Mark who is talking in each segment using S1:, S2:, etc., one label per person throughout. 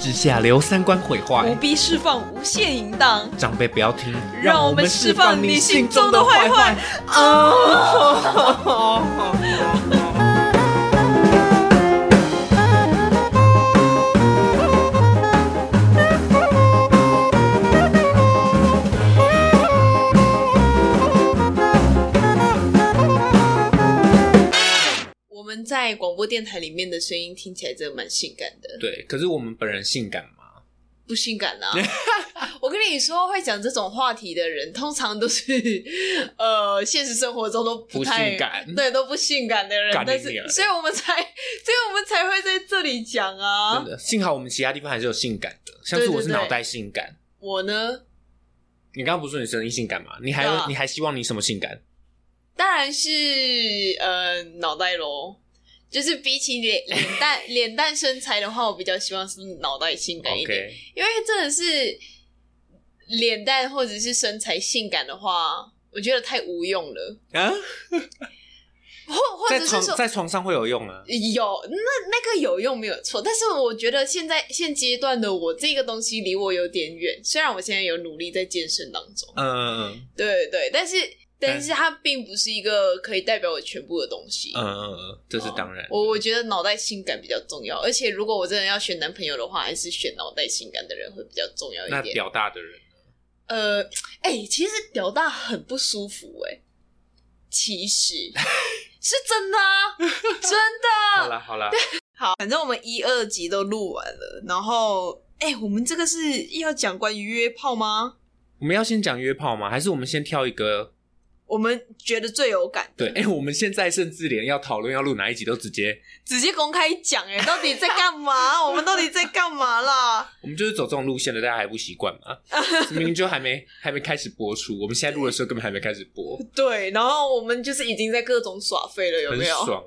S1: 之下留三观毁
S2: 不
S1: 坏。
S2: 必释放无限淫荡，
S1: 长辈不要听，
S2: 让我们释放你心中的坏坏。我们在广播电台里面的声音听起来真的蛮性感的，
S1: 对，可是我们本人性感吗？
S2: 不性感 啦、我跟你说，会讲这种话题的人，通常都是 呃，现实生活中都
S1: 不
S2: 太
S1: 性感
S2: 对，都不性感的人
S1: 干。你
S2: 但是
S1: 娘，
S2: 所以我们才，所 以我们才会在这里讲啊
S1: 真。的，幸好我们其他地方还是有性感的，像是
S2: 对对
S1: 我是
S2: 对
S1: 脑袋性感。
S2: 我呢，
S1: 你刚刚不是说你声音性感吗？你还有、
S2: 对啊
S1: 你还希望你什么性感？
S2: 当然是呃脑袋咯，就是比起 脸脸蛋脸蛋身材的话，我比较希望是脑袋性感一点
S1: OK，
S2: 因为真的是脸蛋或者是身材性感的话，我觉得太无用了，
S1: 啊，
S2: 或或
S1: 在
S2: 者是
S1: 床
S2: 说。
S1: 在床上会有用啊。
S2: 有那那个有用没有错，但是我觉得现在现阶段的我这个东西离我有点远。虽然我现在有努力在健身当中，
S1: 嗯
S2: 对对对，但是但
S1: 但
S2: 是它并不是一个可以代表我全部的东西。
S1: 嗯嗯嗯，这是当然。
S2: 哦我我觉得脑袋性感比较重要，而且如果我真的要选男朋友的话，还是选脑袋性感的人会比较重要
S1: 那
S2: 一点。
S1: 表大的人，
S2: 呃，哎、其实屌大很不舒服哎、其实 是真的啊，真的。
S1: 好啦好啦，
S2: 好，反正我们一二集都录完了，然后哎、我们这个是要讲关于约炮吗？
S1: 我们要先讲约炮吗？还是我们先挑一个？
S2: 我们觉得最有感，
S1: 对，哎、我们现在甚至连要讨论要录哪一集都直接，
S2: 直接公开讲 哎、到底在干嘛？我们到底在干嘛啦？
S1: 我们就是走这种路线的，大家还不习惯吗？ 明明就还没还没开始播出，我们现在录的时候根本还没开始播，
S2: 对，然后我们就是已经在各种耍废了，有
S1: 很
S2: 没有？
S1: 爽。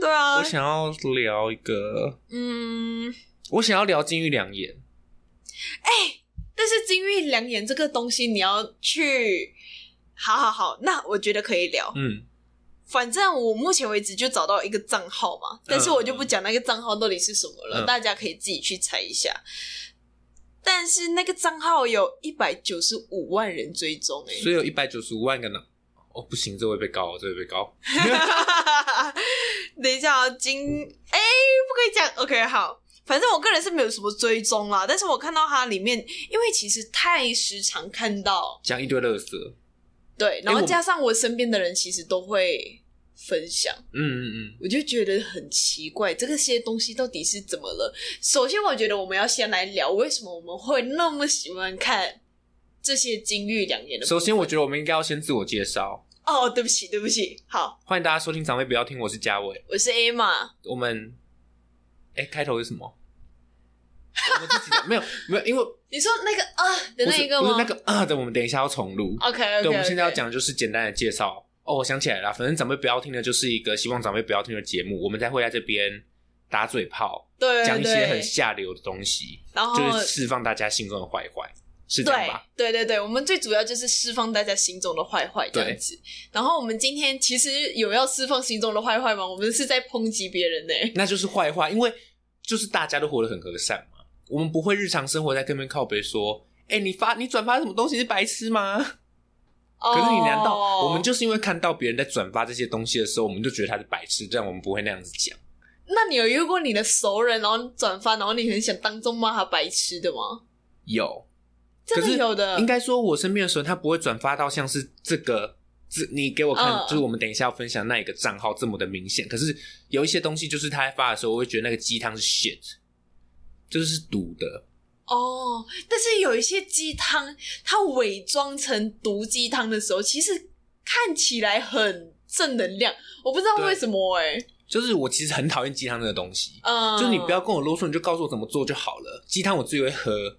S2: 对啊
S1: 我，想要聊一个，
S2: 嗯，
S1: 我想要聊金玉良言。
S2: 但是金玉良言这个东西，你要去，好好好，那我觉得可以聊。
S1: 嗯，
S2: 反正我目前为止就找到一个账号嘛，但是我就不讲那个账号到底是什么了，
S1: 嗯
S2: 大家可以自己去猜一下。但是那个账号有一百九十五万人追踪、欸，
S1: 所以有一百九十五万个呢。哦，不行，这会被告，这会被告。
S2: 等一下啊，金哎、不可以讲。OK，好，反正我个人是没有什么追踪啦，但是我看到它里面，因为其实太时常看到，
S1: 讲一堆垃圾。
S2: 对，然
S1: 诶
S2: 后
S1: 我
S2: 加上我身边的人其实都会分享，
S1: 嗯嗯嗯，
S2: 我就觉得很奇怪，这个些东西到底是怎么了？首先，我觉得我们要先来聊为什么我们会那么喜欢看这些金玉良言的。
S1: 首先，我觉得我们应该要先自我介绍。
S2: 哦，对不起，对不起，好，
S1: 欢迎大家收听，长辈不要听，我是嘉伟。
S2: 我是 A 嘛，
S1: 我们，哎、开头是什 么？我们自己讲没有没有，因为
S2: 你说那个啊的
S1: 不
S2: 那
S1: 是
S2: 一个
S1: 不
S2: 吗？哦
S1: 是那个啊的，我们等一下要重录。
S2: OK，, o k
S1: 对，我们现在要讲的就是简单的介绍。哦，我想起来了，反正长辈不要听的就是一个希望长辈不要听的节目，我们才会在这边打嘴炮，
S2: 对
S1: 讲一些很
S2: 对哦
S1: 下流的东西，
S2: 然后
S1: 就是释放大家心中的坏坏，是这样
S2: 对
S1: 吧？
S2: 对对对，我们最主要就是释放大家心中的坏坏这样子。然后我们今天其实有要释放心中的坏坏吗？我们是在抨击别人呢、
S1: 那就是坏话，因为就是大家都活得很和善嘛，我们不会日常生活在跟边靠北说，哎、你发你转发什么东西是白痴吗？
S2: 哦
S1: 可是你难道我们就是因为看到别人在转发这些东西的时候，我们就觉得他是白痴，这样我们不会那样子讲。
S2: 那你有遇过你的熟人，然后转发，然后你很想当众骂他白痴的吗？
S1: 有，
S2: 真
S1: 可
S2: 的
S1: 是
S2: 有的，
S1: 应该说我身边的熟人他不会转发到像是这个。这你给我看，
S2: 嗯
S1: 就是我们等一下要分享那一个账号这么的明显。可是有一些东西，就是他在发的时候，我会觉得那个鸡汤是 shit，就是是毒的。
S2: 哦。但是有一些鸡汤，它伪装成毒鸡汤的时候，其实看起来很正能量，我不知道
S1: 对
S2: 为什么哎、
S1: 就是我其实很讨厌鸡汤这个东西。
S2: 嗯，
S1: 就你不要跟我啰嗦，你就告诉我怎么做就好了。鸡汤我自己会喝，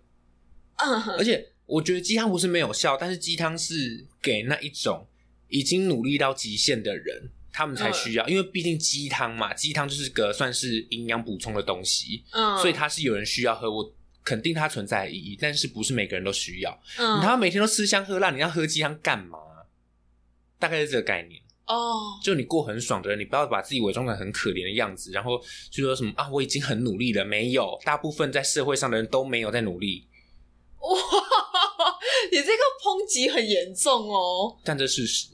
S2: 嗯
S1: 而且我觉得鸡汤不是没有效，但是鸡汤是给那一种已经努力到极限的人，他们才需要，因为毕竟鸡汤嘛，鸡汤就是个算是营养补充的东西，
S2: 嗯，
S1: 所以它是有人需要喝，我肯定它存在的意义，但是不是每个人都需要。
S2: 嗯
S1: 你他妈每天都吃香喝辣，你要喝鸡汤干嘛？大概是这个概念。
S2: 哦，
S1: 就你过很爽的人，你不要把自己伪装成很可怜的样子，然后就说什么啊，我已经很努力了，没有，大部分在社会上的人都没有在努力，
S2: 哇，你这个抨击很严重哦。
S1: 但这事实。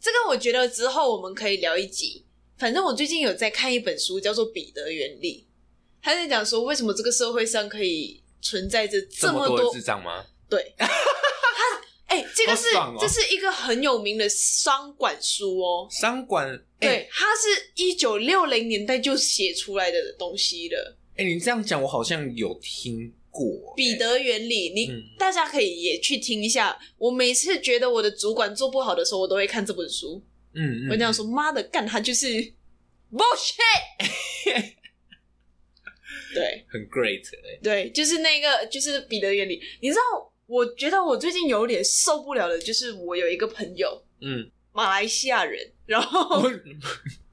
S2: 这个我觉得之后我们可以聊一集。反正我最近有在看一本书，叫做《彼得原理》，他在讲说为什么这个社会上可以存在着这
S1: 这么
S2: 么
S1: 多的
S2: 多
S1: 智障吗？
S2: 对，他哎、这个是、
S1: 好爽哦
S2: 这是一个很有名的商管书哦。
S1: 商管，哎、
S2: 对，它是一九六零年代就写出来的东西了，
S1: 哎、你这样讲，我好像有听过、
S2: 《彼得原理》你，
S1: 嗯
S2: 大家可以也去听一下。我每次觉得我的主管做不好的时候，我都会看这本书。
S1: 嗯，嗯，
S2: 我这样说，妈的，干他就是 bullshit。对
S1: 很 great，哎、
S2: 对，就是那个，就是彼得原理。你知道，我觉得我最近有点受不了的，就是我有一个朋友，
S1: 嗯，
S2: 马来西亚人，然后
S1: 我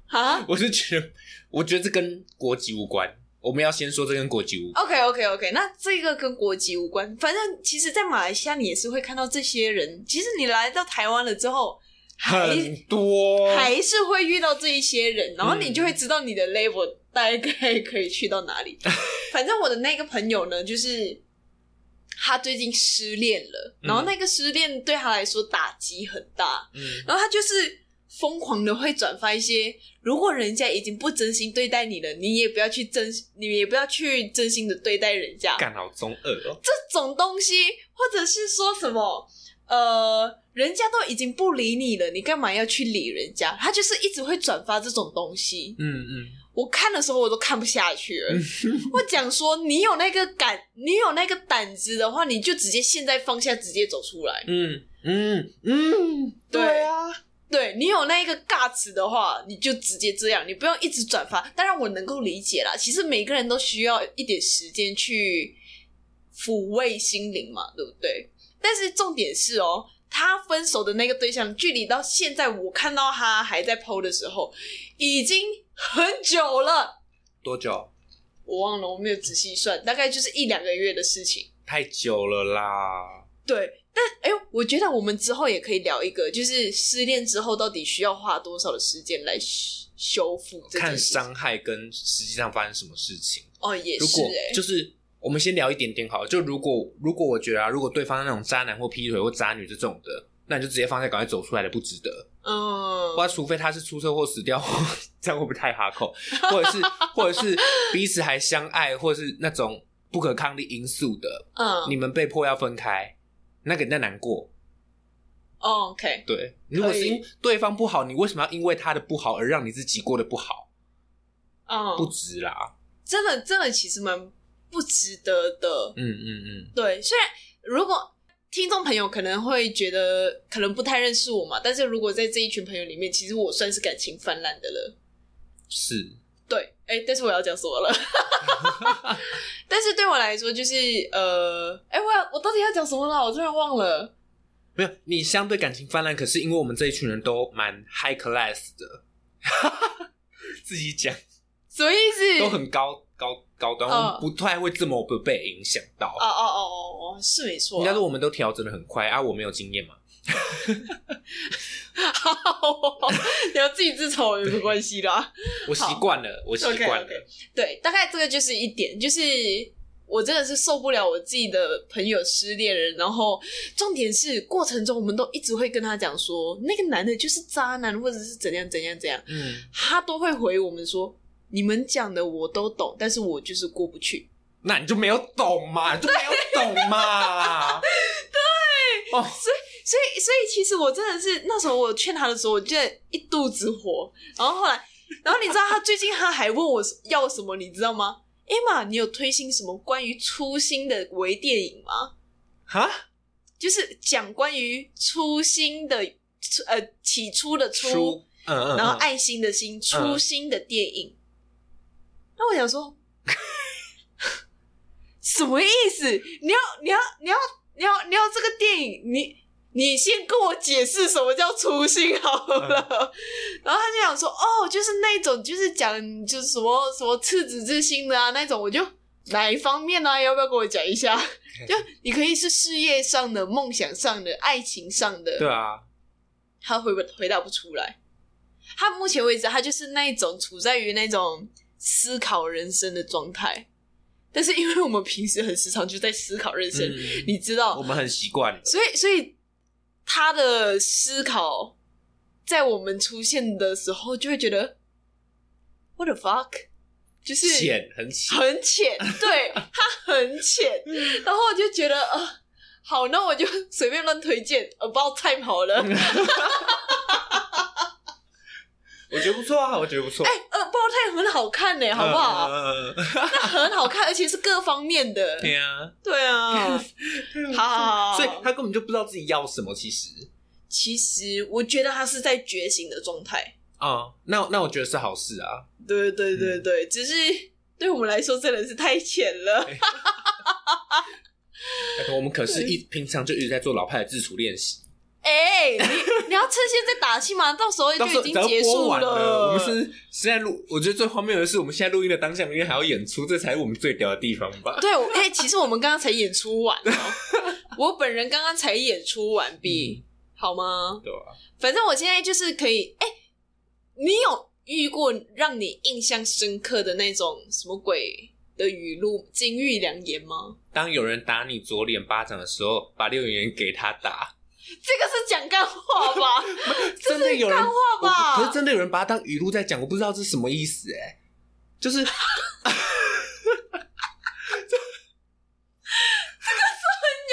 S2: 啊
S1: 我是觉得，我觉得这跟国籍无关，我们要先说这跟国籍无关，
S2: ，OK OK OK，那这个跟国籍无关。反正其实，在马来西亚你也是会看到这些人。其实你来到台湾了之后，还
S1: 很多，
S2: 还是会遇到这一些人，然后你
S1: 嗯
S2: 就会知道你的 level 大概可以去到哪里。反正我的那个朋友呢，就是他最近失恋了，
S1: 嗯
S2: 然后那个失恋对他来说打击很大，
S1: 嗯，
S2: 然后他就是疯狂的会转发一些，如果人家已经不真心对待你了，你也不要去真，你也不要去真心的对待人家。
S1: 干好中二哦，
S2: 这种东西，或者是说什么，呃，人家都已经不理你了，你干嘛要去理人家？他就是一直会转发这种东西，
S1: 嗯嗯，
S2: 我看的时候我都看不下去了。我讲说，你有那个胆，你有那个胆子的话，你就直接现在放下，直接走出来。
S1: 嗯嗯嗯，
S2: 对
S1: 对啊，
S2: 对你有那一个尬词的话，你就直接这样，你不用一直转发。当然我能够理解啦，其实每个人都需要一点时间去抚慰心灵嘛，对不对？但是重点是哦，他分手的那个对象，距离到现在我看到他还在 PO 的时候，已经很久了，
S1: 多久？
S2: 我忘了，我没有仔细算，大概就是一两个月的事情。
S1: 太久了啦，
S2: 对，但哎、我觉得我们之后也可以聊一个，就是失恋之后到底需要花多少的时间来修修复这件
S1: 看
S2: 事情
S1: 伤害跟实际上发生什么事情。
S2: 哦，也
S1: 如
S2: 是
S1: 果
S2: 哎、
S1: 就是我们先聊一点点好了，就如果如果我觉得啊，如果对方是那种渣男或劈腿或渣女这种的，那你就直接放下，赶快走出来的，不值得。
S2: 嗯，
S1: 哇，除非他是出车祸死掉， 或这样会不会太哈扣？或者是或者是彼此还相爱，或者是那种不可抗力因素的，
S2: 嗯
S1: 你们被迫要分开，那个你在难过。
S2: 哦，OK，
S1: 对，如果
S2: 可
S1: 是
S2: 以
S1: 因对方不好，你为什么要因为他的不好而让你自己过得不好？不
S2: 嗯，
S1: 值啦。
S2: 真的真的其实蛮不值得的。
S1: 嗯嗯嗯，
S2: 对，虽然如果听众朋友可能会觉得可能不太认识我嘛，但是如果在这一群朋友里面，其实我算是感情泛滥的了。
S1: 是，
S2: 对，哎、但是我要讲什么了？ 但是对我来说，就是呃，哎、我要我到底要讲什么了？我突然忘了。
S1: 没有你相对感情泛滥，可是因为我们这一群人都蛮 high class 的， 自己讲
S2: 什么意思？
S1: 都很高高高端，
S2: 嗯
S1: 我们不太会这么不被影响到。
S2: 哦哦哦哦哦，是没错、
S1: 应该
S2: 啊
S1: 说。我们都调整的很快啊，我没有经验嘛。
S2: 好， 你要自己自嘲也没关系啦。
S1: 我习惯了，我习惯了。
S2: 对，大概这个就是一点，就是我真的是受不了我自己的朋友失恋了。然后重点是过程中，我们都一直会跟他讲说，那个男的就是渣男，或者是怎样怎样怎样。
S1: 嗯，
S2: 他都会回我们说：“你们讲的我都懂，但是我就是过不去。
S1: 那你就没有懂嘛，你就没有懂 嘛。对，哦，”
S2: 所以，所以其实我真的是那时候我劝他的时候，我真的一肚子火。然后后来，然后你知道他最近他还问我要什么，你知道吗？Emma，你有推新什么关于初心的微电影吗？
S1: 哈，
S2: 就是讲关于初心的初呃起初的初，
S1: 出，嗯嗯，嗯嗯
S2: 然后爱心的心，初心的电影。那我想说， 什么意思？你要你要你要你要你要这个电影，你你先跟我解释什么叫初心好了。
S1: 嗯
S2: 然后他就想说，哦，就是那种就是讲就是什么什么赤子之心的啊那种，我就。哪一方面呢、要不要跟我讲 一下？就你可以是事业上的、梦想上的、爱情上的。
S1: 对啊，
S2: 他回不回答不出来。他目前为止，他就是那一种处在于那种思考人生的状态。但是因为我们平时很时常就在思考人生，
S1: 嗯
S2: 你知道
S1: 我，们很习惯了。
S2: 所以所以他的思考在我们出现的时候，就会觉得 what the fuck，就是
S1: 浅很浅，
S2: 很浅， 对他很浅，
S1: 嗯
S2: 然后我就觉得啊、呃好，那我就随便乱推荐 about time 好了。
S1: 我觉得不错啊，我觉得不错。
S2: 哎、呃，爆太很好看呢，好不好？
S1: 嗯？嗯嗯嗯
S2: 那很好看，而且是各方面的。
S1: 对啊，
S2: 对 啊，好好好。
S1: 所以他根本就不知道自己要什么。其实
S2: 其实我觉得他是在觉醒的状态。
S1: 啊，
S2: 哦
S1: 那那我觉得是好事 啊。
S2: 对对对对，只是对我们来说真的是太浅了。
S1: 我哎们可是一平常就一直在做老派的自主练习，
S2: 哎、你 你要趁现在打气吗？到时候
S1: 到
S2: 就
S1: 时候
S2: 已
S1: 只
S2: 经
S1: 要
S2: 结
S1: 播
S2: 束
S1: 完呃我们是现在录，我觉得最荒谬的是，我们现在录音的当下，明天还要演出，这才是我们最屌的地方吧？
S2: 对，我哎、其实我们刚刚才演出完哦，我本人刚刚才演出完
S1: 嗯
S2: 毕，好吗？
S1: 对啊，
S2: 反正我现在就是可以，哎、你有遇过让你印象深刻的那种什么鬼的语录、金玉良言吗？
S1: 当有人打你左脸巴掌的时候，把六元给他打，
S2: 这个是讲干话吧？ 这
S1: 真的有人
S2: 干话
S1: 我
S2: 吧？
S1: 不可是真的有人把它当语录在讲，我不知道这是什么意思哎、就是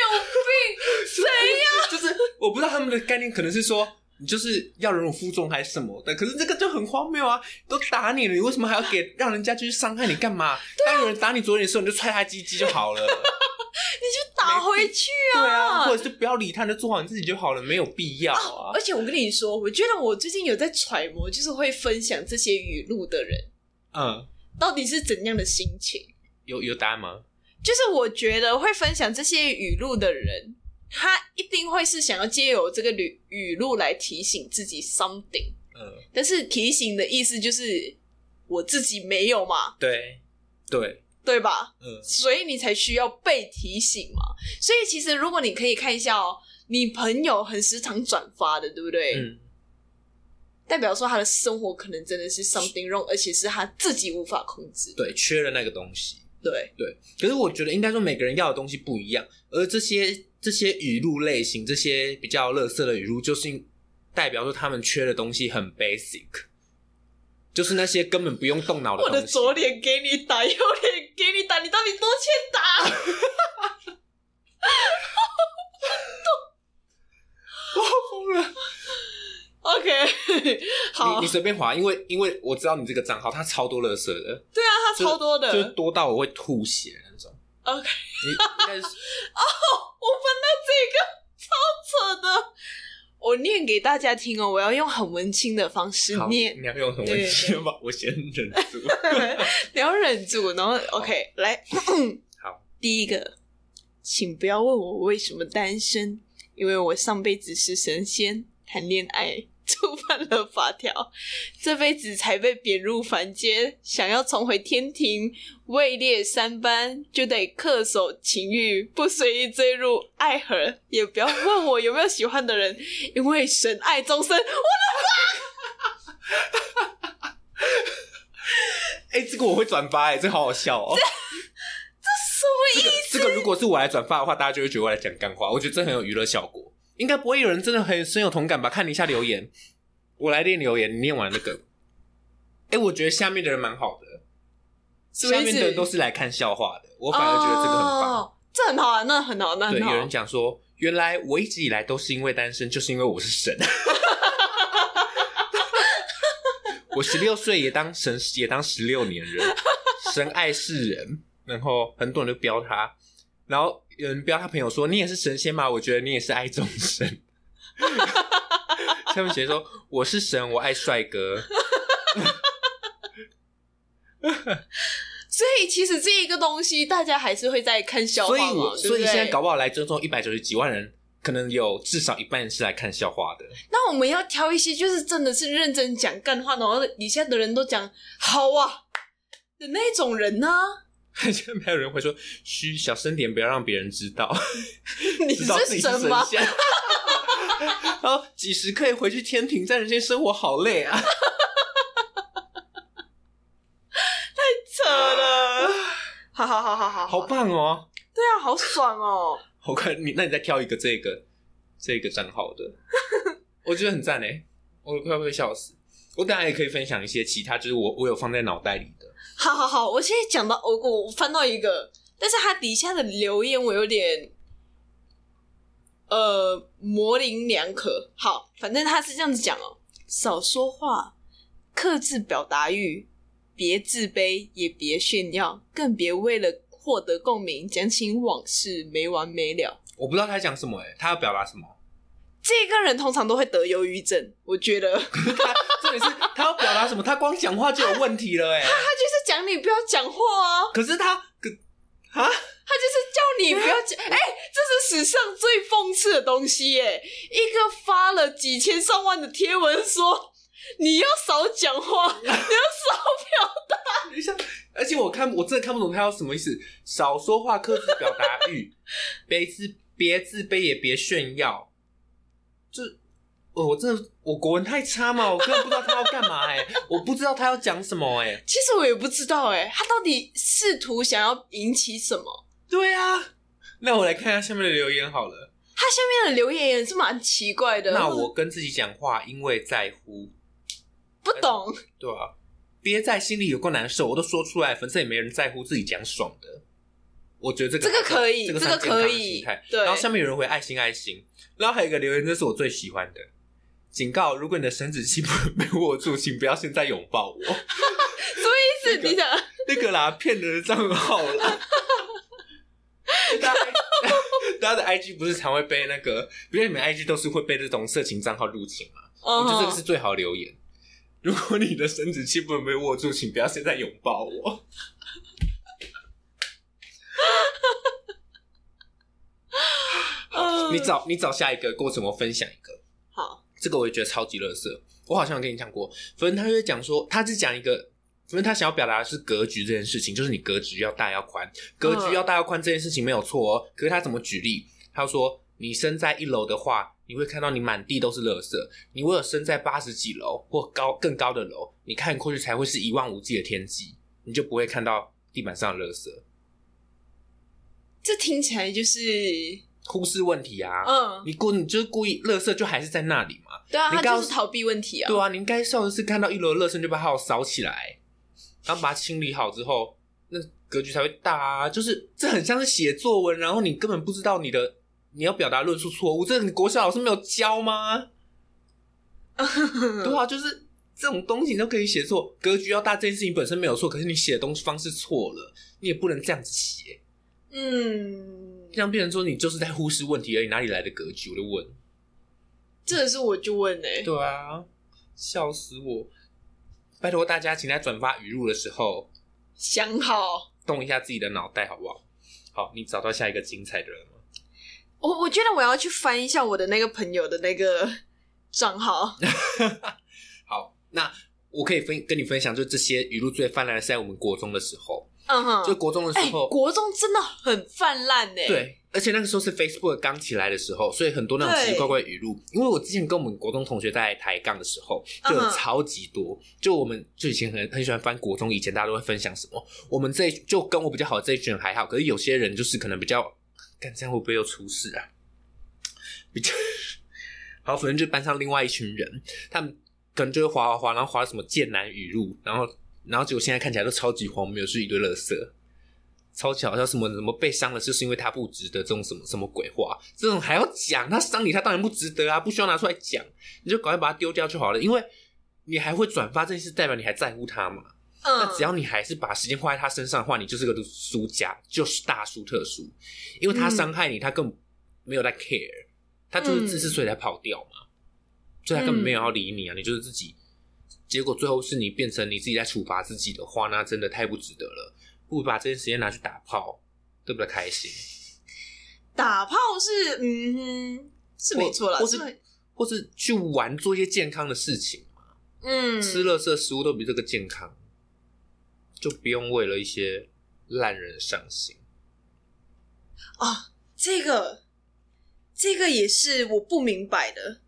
S2: 有病，谁呀？
S1: 就是我不知道他们的概念可能是说你就是要忍辱负重还是什么的，可是这个就很荒谬啊！都打你了，你为什么还要给让人家继续伤害你干嘛？当有人打你左脸的时候，你就踹他鸡鸡就好了，
S2: 你就打回去啊！
S1: 对啊， 或者是不要理他，你就做好你自己就好了，没有必要啊
S2: 而。且哦我跟你说，我觉得我最近有在揣摩，就是会分享这些语录的人
S1: 嗯，
S2: 到底是怎样的心情。
S1: 有有答案吗？
S2: 就是我觉得会分享这些语录的人，他一定会是想要借由这个语语录来提醒自己 something，
S1: 嗯，
S2: 但是提醒的意思就是我自己没有嘛，
S1: 对对，
S2: 对吧？
S1: 嗯
S2: 所以你才需要被提醒嘛。所以其实如果你可以看一下哦，你朋友很时常转发的，对不对？
S1: 嗯，
S2: 代表说他的生活可能真的是 something wrong，而且是他自己无法控制。
S1: 对，缺了那个东西。
S2: 对，
S1: 对，可是我觉得应该说每个人要的东西不一样，而这些这些语录类型，这些比较乐色的语录，就是代表说他们缺的东西很 basic，就是那些根本不用动脑的
S2: 我
S1: 东西。
S2: 的左脸给你打，右脸给你打，你到底多欠打？
S1: 我疯了！
S2: OK，好，
S1: 你你随便划，因为因为我知道你这个账号它超多乐色的，
S2: 对啊，他超多的。
S1: 就是多到我会吐血的那种。
S2: OK，
S1: 你应该是
S2: 我翻到这个超扯的，我念给大家听哦，我要用很文青的方式
S1: 好，
S2: 念。
S1: 你要用很文先吧，我先忍住。
S2: 你要忍住，然后 OK，来，
S1: 好，
S2: 第一个，请不要问我为什么单身，因为我上辈子是神仙，谈恋爱触犯了法条， 这辈子才被贬入凡间，想要重回天庭，位列三班，就得恪守情欲，不随意坠入爱河，也不要问我有没有喜欢的人，因为神爱终身。
S1: 哎、这个我会转发、哎，这个好好笑哦、
S2: 什么意思？
S1: 这个如果是我来转发的话，大家就会觉得我来讲干话。我觉得这很有娱乐效果，应该不会有人真的很深有同感吧？看一下留言，我来念留言，你念完那个。哎、我觉得下面的人蛮好的，
S2: 什么
S1: 下
S2: 意
S1: 面
S2: 思
S1: 的人都是来看笑话的，我反而觉得这个很棒。
S2: 哦，这很好啊，那很好，那
S1: 对，
S2: 很好。
S1: 有人讲说，原来我一直以来都是因为单身，就是因为我是神。 我十六岁也当神，也当十六年人，神爱世人。然后很多人就标他，然后有人标他朋友说：“你也是神仙吗？”我觉得你也是爱众 生。下面写说：“我是神，我爱帅 哥。
S2: 所以其实这一个东西，大家还是会在看”笑话
S1: 所以
S2: 嘛，
S1: 我，
S2: 对
S1: 所
S2: 不
S1: 以
S2: 对？
S1: 现在搞不好来追踪一百九十几万人，可能有至少一半是来看笑话的。
S2: 那我们要挑一些就是真的是认真讲干话，然后底下的人都讲好啊的那种人呢、
S1: 现在还有人会说：“嘘，小声点，不要让别人知道，
S2: 你
S1: 知道自己是
S2: 神
S1: 神
S2: 吗？
S1: 仙。”然后几时可以回去天庭，在人间生活好累啊。
S2: 扯了， 好好好好好，
S1: 好棒哦！
S2: 对啊，好爽哦！
S1: 好快，你那你再挑一个这个这个账号的， 我觉得很赞哎，我快要被笑死。我等下也可以分享一些其他，就是我我有放在脑袋里的。
S2: 好好好，我现在讲到我我我翻到一个，但是它底下的留言我有点呃模棱两可。好，反正他是这样子讲哦：少说话，克制表达欲，别自卑，也别炫耀，更别为了获得共鸣讲起往事没完没了。
S1: 我不知道他讲什么哎、他要表达什么？
S2: 这个人通常都会得忧郁症，我觉得。
S1: 他重点是他要表达什么？他光讲话就有问题了哎、
S2: 他就是讲你不要讲话啊，
S1: 可是他可啊，
S2: 他就是叫你不要 讲。哎、这是史上最讽刺的东西耶！一个发了几千上万的贴文说你要少讲话，你要少
S1: 等一下，而且我看我真的看不懂他要什么意思。少说话，克制表达 欲，别自别自卑，也别炫耀。这我我真的我国文太差嘛，我根本不知道他要干嘛 哎、我不知道他要讲什么哎、
S2: 其实我也不知道哎，他到底试图想要引起什么？
S1: 对啊，那我来看一下下面的留言好了。
S2: 他下面的留言也是蛮奇怪的，
S1: 那我跟自己讲话，因为在乎，
S2: 不 懂。
S1: 对啊，憋在心里有够难受，我都说出来，反正也没人在乎，自己讲爽的。我觉得这个
S2: 这个可以
S1: 这个
S2: 这个
S1: 算健康的
S2: 可以
S1: 心态
S2: 对
S1: 然后下面有人回爱心爱心，然后还有一个留言，这是我最喜欢的。警告：如果你的生殖器被被握住，请不要现在拥抱我。
S2: 意思
S1: 这个
S2: 你想，
S1: 那个啦，骗人的账号啦。 大家大家的 IG 不是常会被那个，因为你们 IG 都是会被这种色情账号入侵嘛？我
S2: 哦
S1: 觉得
S2: 嗯
S1: 这个是最好的留言。如果你的生殖器不能被握住，请不要现在拥抱我。
S2: 嗯
S1: 你找你找下一个，跟我怎么分享一个？
S2: 哦好，
S1: 这个我也觉得超级乐色。我好像有跟你讲过，反正他就在讲说，他只讲一个，反正他想要表达的是格局这件事情，就是你格局要大要宽，格局要大要宽这件事情没有错哦。可是他怎么举例？他说，你身在一楼的话，你会看到你满地都是垃圾；你如果身在八十几楼或高更高的楼，你看过去才会是一望无际的天际，你就不会看到地板上的垃圾。
S2: 这听起来就是
S1: 忽视问题啊，
S2: 嗯，
S1: 你故你就是故意，垃圾就还是在那里嘛。
S2: 对啊，
S1: 你
S2: 他
S1: 告
S2: 就
S1: 诉
S2: 是逃避问题啊。
S1: 对啊，你应该上的是看到一楼的垃圾就把它扫起来，然后把它清理好之后，那格局才会大啊。就是这很像是写作文，然后你根本不知道你的你要表达论述错误，这你国小老师没有教吗？对啊，就是这种东西你都可以写错，格局要大这件事情本身没有错，可是你写的东西方式错了，你也不能这样子写，
S2: 嗯，
S1: 让别人说你就是在忽视问题而已，哪里来的格局？我就问。
S2: 这个是我就问哎、
S1: 对啊， 笑死我！拜托大家，请在转发语录的时候
S2: 想好。
S1: 动一下自己的脑袋，好不好？好，你找到下一个精彩的人吗？
S2: 我我觉得我要去翻一下我的那个朋友的那个 账 号。
S1: 好，那我可以分跟你分享，就这些语录最泛滥的是在我们国中的时候，
S2: 嗯哼，
S1: 就国中的
S2: 哎、
S1: 时候，
S2: 国中真的很泛滥哎、，
S1: 对，而且那个时候是 Facebook 刚起来的时候，所以很多那种奇奇怪怪的语录。因为我之前跟我们国中同学在抬杠的时候，就有
S2: 嗯哼
S1: 超级多。就我们就以前很很喜欢翻国中，以前大家都会分享什么。我们这一就跟我比较好的这一群人还好，可是有些人就是可能比较，干这样会不会又出事啊？比较 好，反正就班上另外一群人，他们可能就会滑滑滑，然后滑到什么剑南语录，然后然后结果现在看起来都超级荒谬，是一堆垃圾。超级好笑，什么什么被伤了，就是因为他不值得这种什么什么鬼话，这种还要讲，他伤你，他当然不值得啊，不需要拿出来讲，你就赶快把它丢掉就好了，因为你还会转发这件事，代表你还在乎他嘛。那
S2: 嗯，
S1: 只要你还是把时间花在他身上的话，你就是个输家，就是大输特输，因为他伤害你，他更没有在 care，他就是自私，
S2: 嗯
S1: 所以才跑掉嘛，所以他根本没有要理你啊，你就是自己，结果最后是你变成你自己在处罚自己的话，那真的太不值得了，不如把这些时间拿去打炮，对不对？开心，
S2: 打炮是嗯哼是没错啦，
S1: 或是
S2: 没
S1: 或是去玩，做一些健康的事情嘛，
S2: 嗯
S1: 吃垃圾食物都比这个健康，就不用为了一些烂人伤心。
S2: 这个这个也是我不明白的。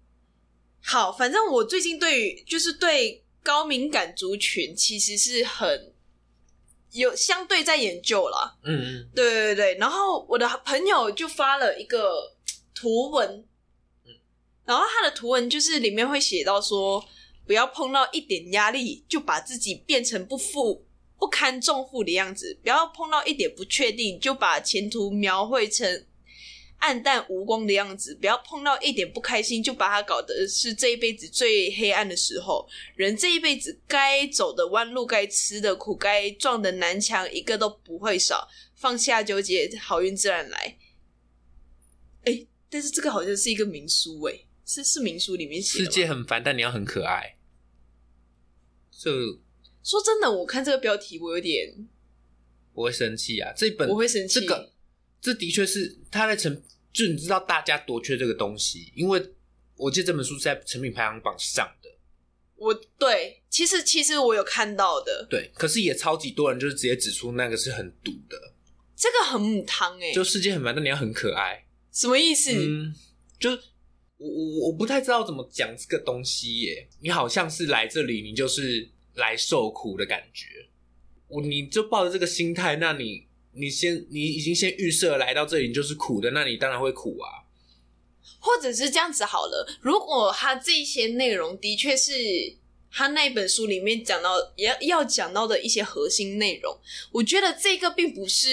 S2: 好，反正我最近对于就是对高敏感族群其实是很有相对在研究啦。
S1: 嗯
S2: 对对对，然后我的朋友就发了一个图文，然后他的图文就是里面会写到说，不要碰到一点压力就把自己变成不负不堪重负的样子，不要碰到一点不确定就把前途描绘成暗淡无光的样子，不要碰到一点不开心就把它搞得是这一辈子最黑暗的时候。人这一辈子该走的弯路、该吃的苦、该撞的南墙，一个都不会少。放下纠结，好运自然来。哎、但是这个好像是一个民书、哎，是是民书里
S1: 嗯，
S2: 面
S1: 世
S2: 写的吗。
S1: 界很烦，但你要很可爱。这
S2: 说真的，我看这个标题，我有点
S1: 我会生气啊！这本
S2: 我会生气。
S1: 这个，这的确是他在成，就你知道大家多缺这个东西，因为我记得这本书是在成品排行榜上的，
S2: 我对，其实其实我有看到的，
S1: 对，可是也超级多人就是直接指出那个是很毒的，
S2: 这个很母汤哎、
S1: 就世界很烦，但你要很可爱。
S2: 什么意思？
S1: 嗯，就我我我不太知道怎么讲这个东西耶。你好像是来这里，你就是来受苦的感觉。我你就抱着这个心态，那你你先你已经先预设来到这里你就是苦的，那你当然会苦啊。
S2: 或者是这样子好了，如果他这一些内容的确是他那一本书里面讲到也要要讲到的一些核心内容，我觉得这个并不是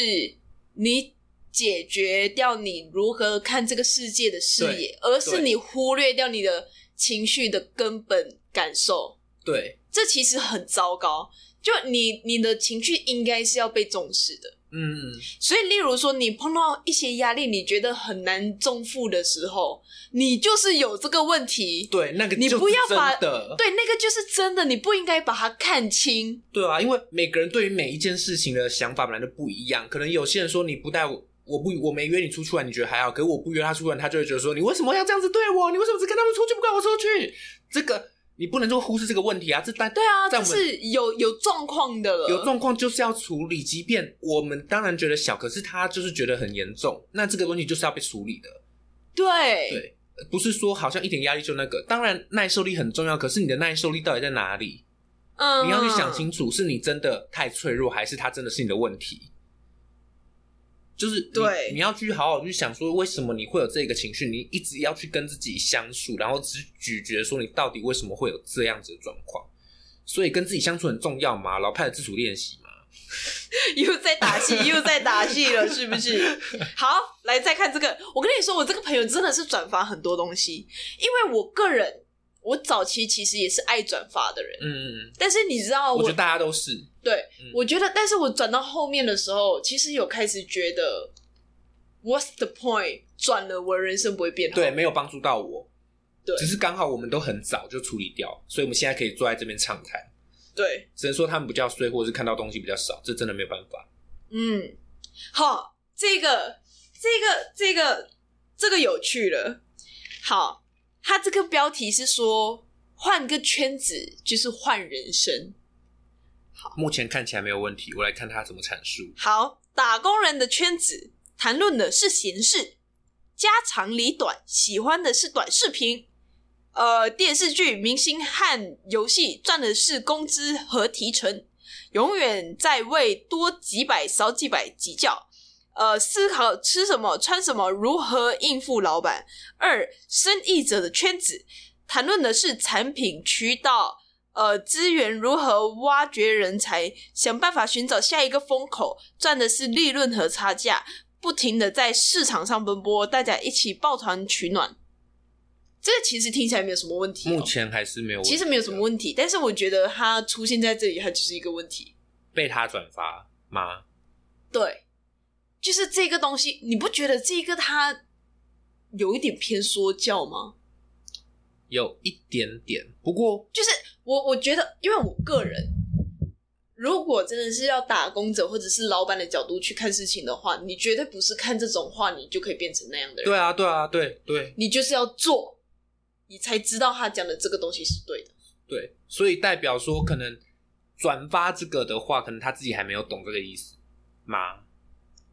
S2: 你解决掉你如何看这个世界的视野，而是你忽略掉你的情绪的根本感受，
S1: 对，
S2: 这其实很糟糕。就你你的情绪应该是要被重视的。
S1: 嗯，
S2: 所以，例如说，你碰到一些压力，你觉得很难重负的时候，你就是有这个问题。
S1: 对，那个
S2: 你
S1: 就是
S2: 不要把
S1: 真的
S2: 对，那个就是真的，你不应该把它看清。
S1: 对啊，因为每个人对于每一件事情的想法本来就不一样，可能有些人说你不带我。我不我没约你出去玩，你觉得还好？可是我不约他出去玩，他就会觉得说你为什么要这样子对我？你为什么只跟他们出去不跟我出去？这个你不能就忽视这个问题啊！这大
S2: 对啊，
S1: 在
S2: 这
S1: 我们
S2: 是有有状况的了。
S1: 有状况就是要处理，即便我们当然觉得小，可是他就是觉得很严重，那这个问题就是要被处理的。
S2: 对
S1: 对不是说好像一点压力就那个，当然耐受力很重要，可是你的耐受力到底在哪里？
S2: 嗯，
S1: 你要去想清楚，是你真的太脆弱，还是他真的是你的问题？就是你
S2: 对
S1: 你要去好好去想，说为什么你会有这个情绪，你一直要去跟自己相处，然后只咀嚼说你到底为什么会有这样子的状况。所以跟自己相处很重要嘛，老派的自主练习嘛。
S2: 又在 打戏，又在打戏了，是不是？好，来再看这个。我跟你说，我这个朋友真的是转发很多东西，因为我个人，我早期其实也是爱转发的人，
S1: 嗯，嗯
S2: 但是你知道
S1: 嗯我觉得大家都是，
S2: 对，
S1: 嗯
S2: 我觉得，但是我转到后面的时候，其实有开始觉得，What's the point？转了，我的人生不会变好。
S1: 对，没有帮助到我。
S2: 对
S1: 只是刚好我们都很早就处理掉，所以我们现在可以坐在这边畅谈。
S2: 对，
S1: 只能说他们比较衰，或者是看到东西比较少，这真的没有办法。
S2: 嗯，好，这个，这个，这个，这个有趣了。好，它这个标题是说换个圈子就是换人生。
S1: 目前看起来没有问题，我来看他怎么阐述。
S2: 好，打工人的圈子谈论的是闲事，家长里短，喜欢的是短视频，呃，电视剧、明星和游戏赚的是工资和提成，永远在为多几百少几百计较。呃，思考吃什么、穿什么，如何应付老板。二，生意者的圈子谈论的是产品渠道、呃资源如何挖掘人才，想办法寻找下一个风口，赚的是利润和差价，不停的在市场上奔波，大家一起抱团取暖。这个其实听起来没有什么问题、哦，
S1: 目前还是没有问题
S2: 其
S1: 的，
S2: 实没有什么问题，但是我觉得它出现在这里，它就是一个问题。
S1: 被他转发吗？
S2: 对，就是这个东西，你不觉得这个它有一点偏说教吗？
S1: 有一点点，不过
S2: 就是我我觉得，因为我个人，如果真的是要打工者或者是老板的角度去看事情的话，你绝对不是看这种话，你就可以变成那样的人。
S1: 对啊，对啊，对对
S2: 你就是要做，你才知道他讲的这个东西是对的。
S1: 对，所以代表说可能转发这个的话，可能他自己还没有懂这个意思吗？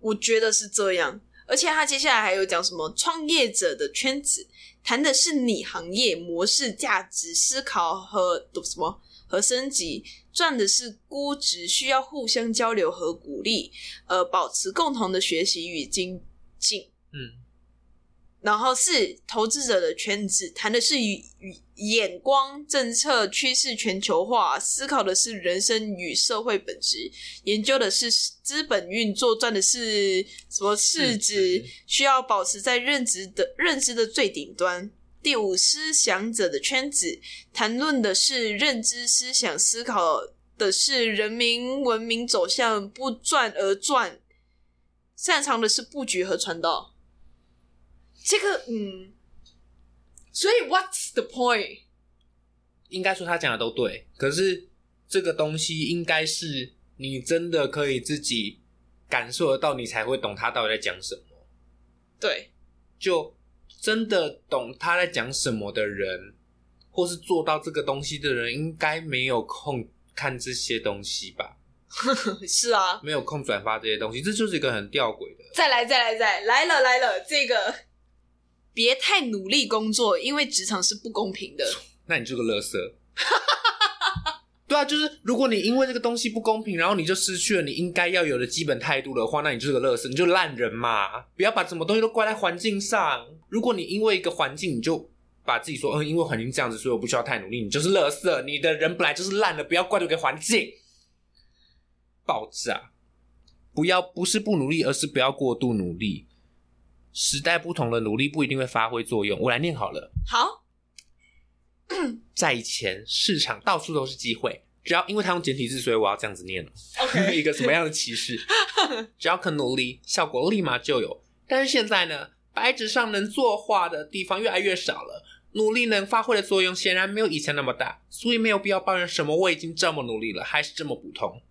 S2: 我觉得是这样，而且他接下来还有讲什么创业者的圈子，谈的是你行业模式、价值思考和什么和升级，赚的是估值，需要互相交流和鼓励，呃，保持共同的学习与精进。
S1: 嗯，
S2: 然后是投资者的圈子，谈的是与与眼光、政策、趋势、全球化，思考的是人生与社会本质，研究的是资本运作，赚的是什么市
S1: 市
S2: 值
S1: 值，
S2: 需要保持在认知的认知的最顶端。第五，思想者的圈子，谈论的是认知、思想、思考的是人民文明走向，不转而转，擅长的是布局和传导。这个，嗯，所以 What's the point？
S1: 应该说他讲的都对，可是这个东西应该是你真的可以自己感受得到，你才会懂他到底在讲什么。
S2: 对，
S1: 就真的懂他在讲什么的人，或是做到这个东西的人，应该没有空看这些东西吧？
S2: 是啊，
S1: 没有空转发这些东西，这就是一个很吊诡的。
S2: 再来，再来，再来来了，来了，这个别太努力工作，因为职场是不公平的。
S1: 那你就是个乐色。 对啊，就是如果你因为这个东西不公平，然后你就失去了你应该要有的基本态度的话，那你就是个乐色，你就烂人嘛！不要把什么东西都怪在环境上。如果你因为一个环境，你就把自己说，嗯，因为环境这样子，所以我不需要太努力，你就是乐色，你的人本来就是烂的，不要怪罪给环境。爆炸！不要不是不努力，而是不要过度努力。时代不同的努力不一定会发挥作用。我来念好了。
S2: 好，
S1: 在以前市场到处都是机会，只要因为他用简体字，所以我要这样子念了。
S2: OK
S1: 一个什么样的歧视？ 只要肯努力，效果立马就有。但是现在呢，白纸上能作画的地方越来越少了，努力能发挥的作用显然没有以前那么大，所以没有必要抱怨什么我已经这么努力了，还是这么普通。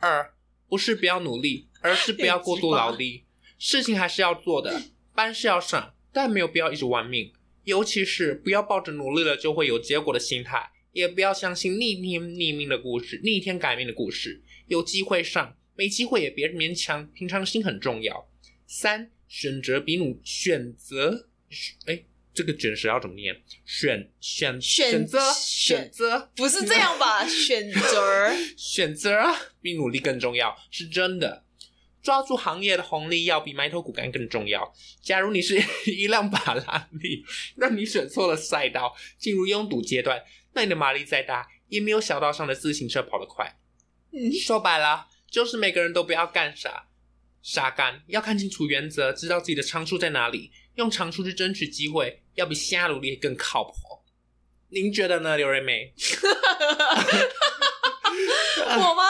S1: 二，不是不要努力，而是不要过度劳 力，事情还是要做的，班是要上，但没有必要一直玩命。尤其是不要抱着努力了就会有结果的心态，也不要相信逆天逆命的故事、逆天改命的故事。有机会上，没机会也别勉强，平常心很重要。三，选择比努选择，哎，这个卷舌要怎么念？选选
S2: 选
S1: 择
S2: 选
S1: 选择
S2: 不是这样吧？选择，
S1: 选择啊比努力更重要，是真的。抓住行业的红利要比埋头苦干更重要。假如你是一辆法拉利，让你选错了赛道，进入拥堵阶段，那你的马力再大，也没有小道上的自行车跑得快。
S2: 嗯
S1: 说白了，就是每个人都不要干傻，傻干，要看清楚原则，知道自己的长处在哪里，用长处去争取机会，要比瞎努力更靠谱。您觉得呢，刘瑞美？
S2: 我吗？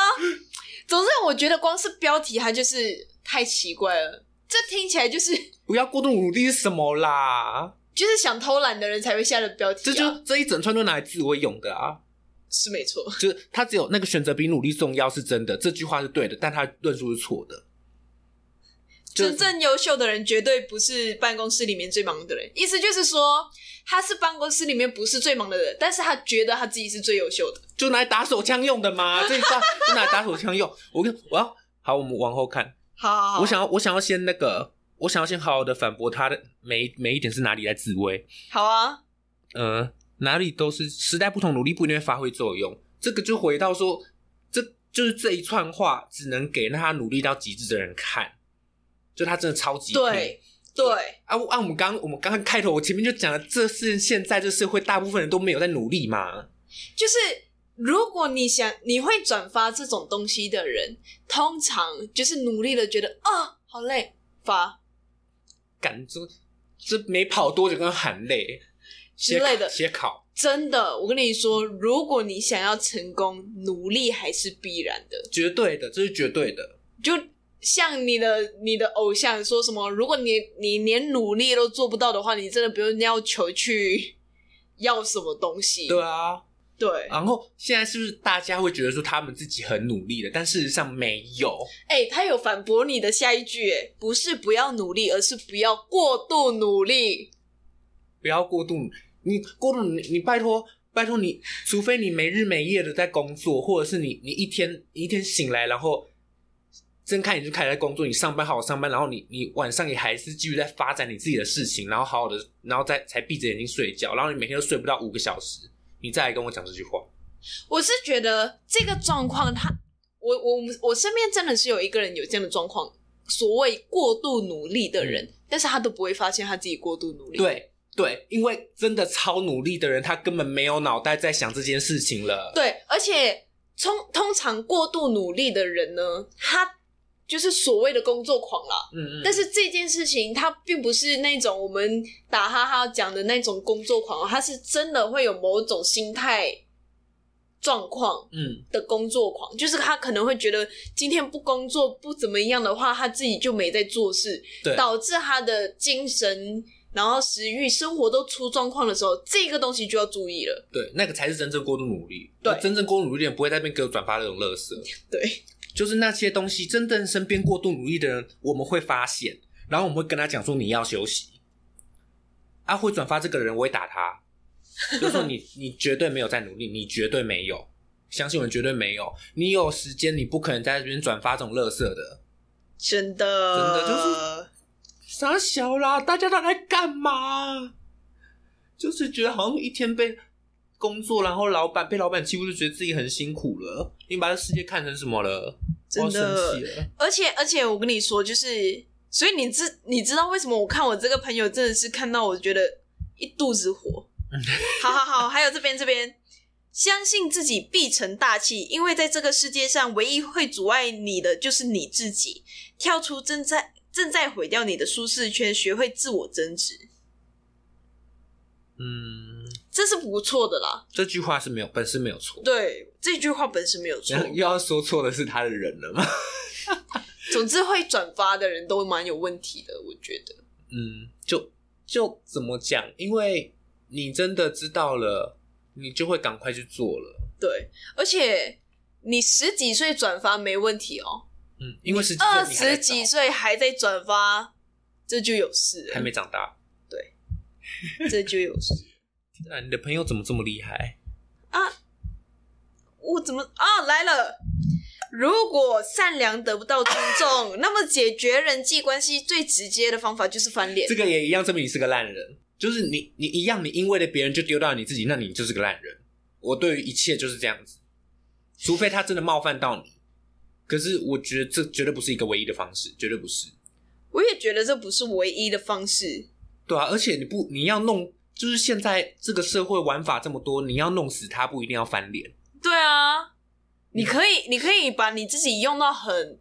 S2: 总之，我觉得光是标题它就是太奇怪了，这听起来就是
S1: 不要过度努力是什么啦？
S2: 就是想偷懒的人才会下的标题、啊，
S1: 这就这一整串都拿来自我用的啊！
S2: 是没错。
S1: 就是他只有那个选择比努力重要是真的，这句话是对的，但他论述是错的。就
S2: 真正优秀的人绝对不是办公室里面最忙的人，意思就是说他是办公室里面不是最忙的人，但是他觉得他自己是最优秀的。
S1: 就拿来打手枪用的 嘛，这一段就拿来打手枪用。我跟我要好，我们往后看。
S2: 好好好，
S1: 我想要我想要先那个，我想要先好好的反驳他的每每一点是哪里在自慰。
S2: 好啊，
S1: 呃，哪里都是时代不同，努力不一定会发挥作用。这个就回到说，这就是这一串话只能给让他努力到极致的人看，就他真的超级拼
S2: 对对，
S1: 啊！我啊，我们刚我们刚刚开头，我前面就讲了，这是现在这社会大部分人都没有在努力嘛。
S2: 就是如果你想你会转发这种东西的人，通常就是努力的觉得啊好累发
S1: 感这这没跑多久，跟喊累
S2: 之类的。
S1: 写考
S2: 真的，我跟你说，如果你想要成功，努力还是必然的。
S1: 绝对的，这是绝对的。
S2: 就像你的你的偶像说什么，如果你你连努力都做不到的话，你真的不用要求去要什么东西。
S1: 对啊，
S2: 对，哎、
S1: 然后现在是不是大家会觉得说他们自己很努力了，但事实上没有？
S2: 哎他有反驳你的下一句，哎，不是不要努力，而是不要过度努力。
S1: 不要过度，你过度你你拜托拜托你，除非你没日没夜的在工作，或者是你你一天你一天醒来然后睁开眼就开始在工作，你上班好好上班，然后你你晚上也还是继续在发展你自己的事情，然后好好的，然后再才闭着眼睛睡觉，然后你每天都睡不到五个小时，你再来跟我讲这句话，
S2: 我是觉得这个状况他，我我我身边真的是有一个人有这样的状况，所谓过度努力的人，但是他都不会发现他自己过度努力。，
S1: 对对，因为真的超努力的人，他根本没有脑袋在想这件事情了，
S2: 对，而且通通常过度努力的人呢，他就是所谓的工作狂啦。
S1: 嗯嗯，
S2: 但是这件事情，他并不是那种我们打哈哈讲的那种工作狂，哦他是真的会有某种心态状况
S1: 嗯
S2: 的工作狂，就是他可能会觉得今天不工作不怎么样的话，他自己就没在做事，
S1: 对
S2: 导致他的精神。然后食欲、生活都出状况的时候，这个东西就要注意了。
S1: 对，那个才是真正过度努力，
S2: 对
S1: 真正过度努力的人不会在那边给我转发那种垃圾，
S2: 对，
S1: 就是那些东西，真正身边过度努力的人，我们会发现，然后我们会跟他讲说你要休息。啊，会转发这个人，我会打他，就说你你绝对没有在努力，你绝对没有，相信我，你绝对没有。你有时间，你不可能在这边转发这种垃圾的。
S2: 真的，
S1: 真的就是傻小啦，大家到底在干嘛？就是觉得好像一天被工作，然后老板被老板欺负，就觉得自己很辛苦了。你把这世界看成什么了？我要
S2: 真的
S1: 生气了。
S2: 而且而且我跟你说，就是所以你知你知道为什么我看我这个朋友真的是看到我觉得一肚子 火。好好好，还有这边这边，相信自己必成大器，因为在这个世界上，唯一会阻碍你的就是你自己。跳出正在正在毁掉你的舒适圈，学会自我增值，
S1: 嗯，
S2: 这是不错的啦。
S1: 这句话是没有，本身没有错。
S2: 对，这句话本身 没有错
S1: 然，后又要说错的是他的人了吗？
S2: 总之会转发的人都蛮有问题的，我觉得。
S1: 嗯，就就怎么讲？因为你真的知道了，你就会赶快去做了。
S2: 对，而且你十几岁转发没问题哦，
S1: 嗯，因为十几岁
S2: 二
S1: 你还
S2: 十
S1: 在
S2: 几
S1: 找
S2: 岁还在转发，这就有事
S1: 还
S2: 了，
S1: 没长大，
S2: 这就有事。
S1: 啊，你的朋友怎么这么厉害？
S2: 我怎么啊来了？如果善良得不到尊重，那么解决人际关系最直接的方法就是翻脸
S1: 这。个也一样证明你是个烂人，就是你你一样，你因为了别人就丢到你自己，那你就是个烂人。我对于一切就是这样子，除非他真的冒犯到你。可是我觉得这绝对不是一个唯一的方式，绝对不是。
S2: 我也觉得这不是唯一的方式。
S1: 对啊，而且你不你要弄，就是现在这个社会玩法这么多，你要弄死他不一定要翻脸
S2: 对啊，你可以，你可以把你自己用到很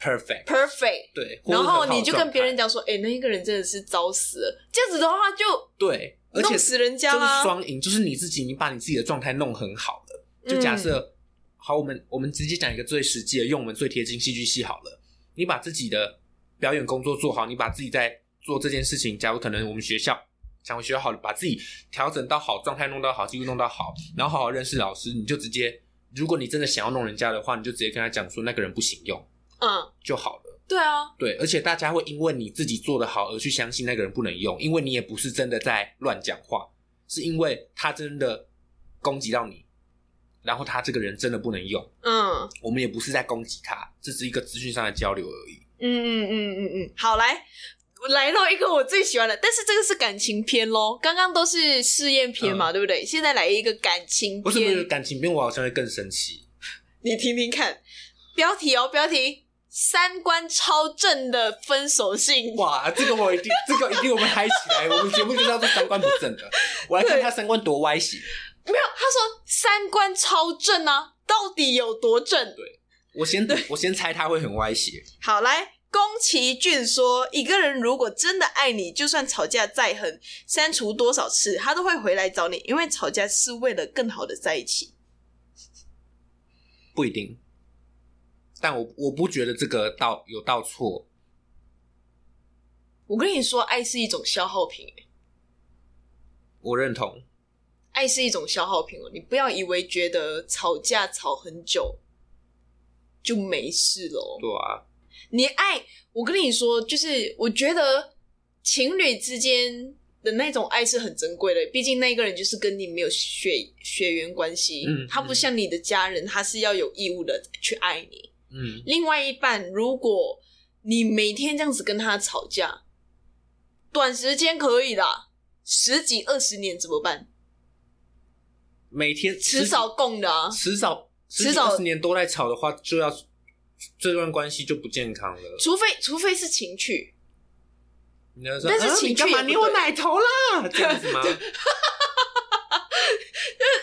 S1: ，perfect，
S2: perfect，
S1: 对，或者
S2: 然
S1: 很好
S2: 后
S1: 的
S2: 你就跟别
S1: 状态
S2: 人讲说：“哎、那一个人真的是糟死了。”这样子的话就
S1: 对，而且
S2: 弄死啊人
S1: 这
S2: 家
S1: 是
S2: 啦。
S1: 双赢，就是你自己你把你自己的状态弄很好了。就
S2: 嗯
S1: 假设、好，我们我们直接讲一个最实际的，用我们最贴近戏剧系好了。你把自己的表演工作做好，你把自己在做这件事情，假如可能我们学校。想学校好了，把自己调整到好状态，弄到好，技术弄到好，然后好好认识老师，你就直接，如果你真的想要弄人家的话，你就直接跟他讲说那个人不行用
S2: 嗯，嗯，
S1: 就好了。
S2: 对啊，
S1: 对，而且大家会因为你自己做的好而去相信那个人不能用，因为你也不是真的在乱讲话，是因为他真的攻击到你，然后他这个人真的不能用，
S2: 嗯
S1: 我们也不是在攻击他，这只是一个资讯上的交流而已。
S2: 嗯嗯嗯嗯嗯，好来。来到一个我最喜欢的，但是这个是感情片咯，刚刚都是试验片嘛，对不对？现在来一个感情
S1: 嗯不是不是
S2: 片，
S1: 感情片，我好像会更生气。
S2: 你听听看，标题哦，标题：三观超正的分手信。
S1: 哇，这个我一定，这个一定我们嗨起来，我们节目就是要做三观不正的，我来看他三观多歪斜。
S2: 没有，他说三观超正啊，到底有多正？
S1: 我先我先猜他会很歪斜，
S2: 好，来，宫崎骏说，一个人如果真的爱你，就算吵架再狠，删除多少次，他都会回来找你，因为吵架是为了更好的在一起。
S1: 不一定。但我我不觉得这个到有到错，
S2: 我跟你说，爱是一种消耗品、欸
S1: 我认同。
S2: 爱是一种消耗品哦。你不要以为觉得吵架吵很久就没事了哦。
S1: 对啊，
S2: 你爱，我跟你说，就是我觉得情侣之间的那种爱是很珍贵的，毕竟那个人就是跟你没有血血缘关系，
S1: 嗯
S2: 他不像你的家人，他是要有义务的去爱你。
S1: 嗯，
S2: 另外一半，如果你每天这样子跟他吵架，短时间可以啦，十几二十年怎么办？
S1: 每天
S2: 迟早共的啊，
S1: 迟早
S2: 迟早
S1: 十年都在吵的话，就要这段关系就不健康了。
S2: 除非除非是情趣，
S1: 你要说
S2: 但是
S1: 啊
S2: 情
S1: 你
S2: 趣
S1: 干嘛
S2: 也不
S1: 捏我
S2: 对
S1: 奶头 啦？这样子吗？
S2: 就是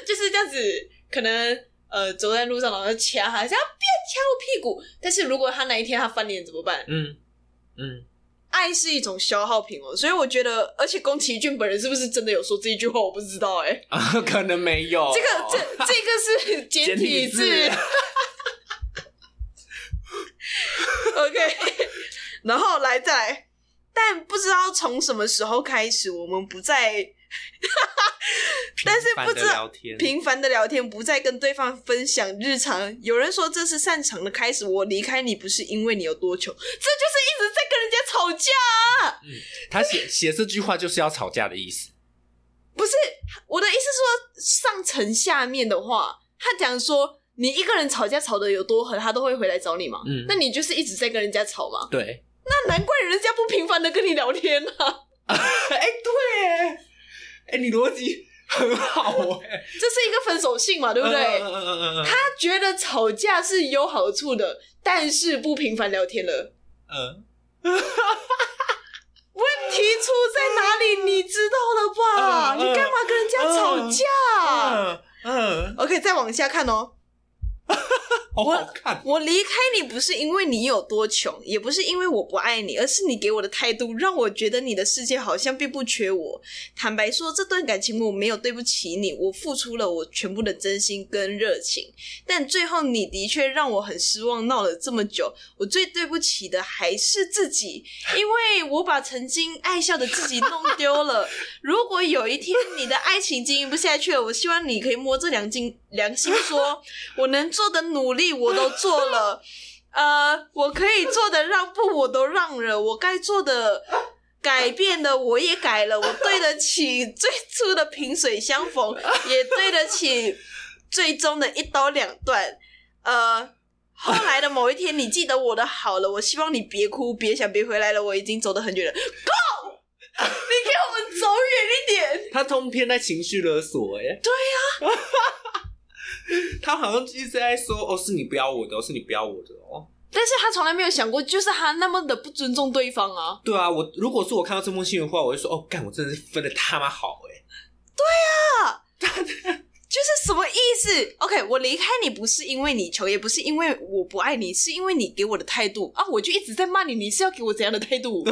S2: 就是这样子，可能呃走在路上，然后就掐他，想要别掐我屁股。但是如果他哪一天他翻脸怎么办？
S1: 嗯嗯，
S2: 爱是一种消耗品哦，所以我觉得，而且宫崎骏本人是不是真的有说这一句话，我不知道哎、
S1: 啊，可能没有
S2: 这个这这个是简
S1: 哦 简体
S2: 体字
S1: 字。
S2: OK，然后来再来，但不知道从什么时候开始，我们不再但是不知
S1: 频繁地聊
S2: 道
S1: 天
S2: 频繁的聊天，不再跟对方分享日常。有人说这是擅长的开始，我离开你不是因为你有多穷，这就是一直在跟人家吵架。
S1: 他写写这句话就是要吵架的意思。
S2: 不是我的意思说，上层下面的话，他讲说你一个人吵架吵得有多狠，他都会回来找你嘛。
S1: 嗯
S2: 那你就是一直在跟人家吵嘛，
S1: 对，
S2: 那难怪人家不频繁的跟你聊天啊。
S1: 哎、对耶，哎、你逻辑很好哎，
S2: 这是一个分手信嘛，对不对？
S1: 嗯嗯嗯嗯嗯，
S2: 他觉得吵架是有好处的，但是不频繁聊天了。
S1: 嗯
S2: 问题出在哪里？你知道了吧？
S1: 嗯嗯
S2: 你干嘛跟人家吵架
S1: 嗯嗯，
S2: ？OK，再往下看哦。
S1: 好好看，
S2: 我离开你不是因为你有多穷，也不是因为我不爱你，而是你给我的态度让我觉得你的世界好像并不缺我。坦白说，这段感情我没有对不起你，我付出了我全部的真心跟热情，但最后你的确让我很失望，闹了这么久，我最对不起的还是自己，因为我把曾经爱笑的自己弄丢了。如果有一天你的爱情经营不下去了，我希望你可以摸着良心良心说，我能做的努力我都做 了，呃，我可以做的让步我都让了，我该做的改变的我也改了，我对得起最初的萍水相 逢，也对得起最终的一刀两断，呃。后来的某一天，你记得我的好了，我希望你别哭，别想，别回来了，我已经走得很远了。Go，你给我们走远一点。
S1: 他通篇在情绪勒索哎，对
S2: 啊
S1: 呀、 他好像一直在说哦，是你不要我的、哦，是你不要我的哦。
S2: 但是他从来没有想过，就是他那么的不尊重对方啊。
S1: 对啊，我如果是我看到这封信的话，我会说哦，干，我真的是分的他妈好哎，
S2: 就是什么意思？OK，我离开你不是因为你穷，也不是因为我不爱你，是因为你给我的态度啊，我就一直在骂你，你是要给我怎样的态度？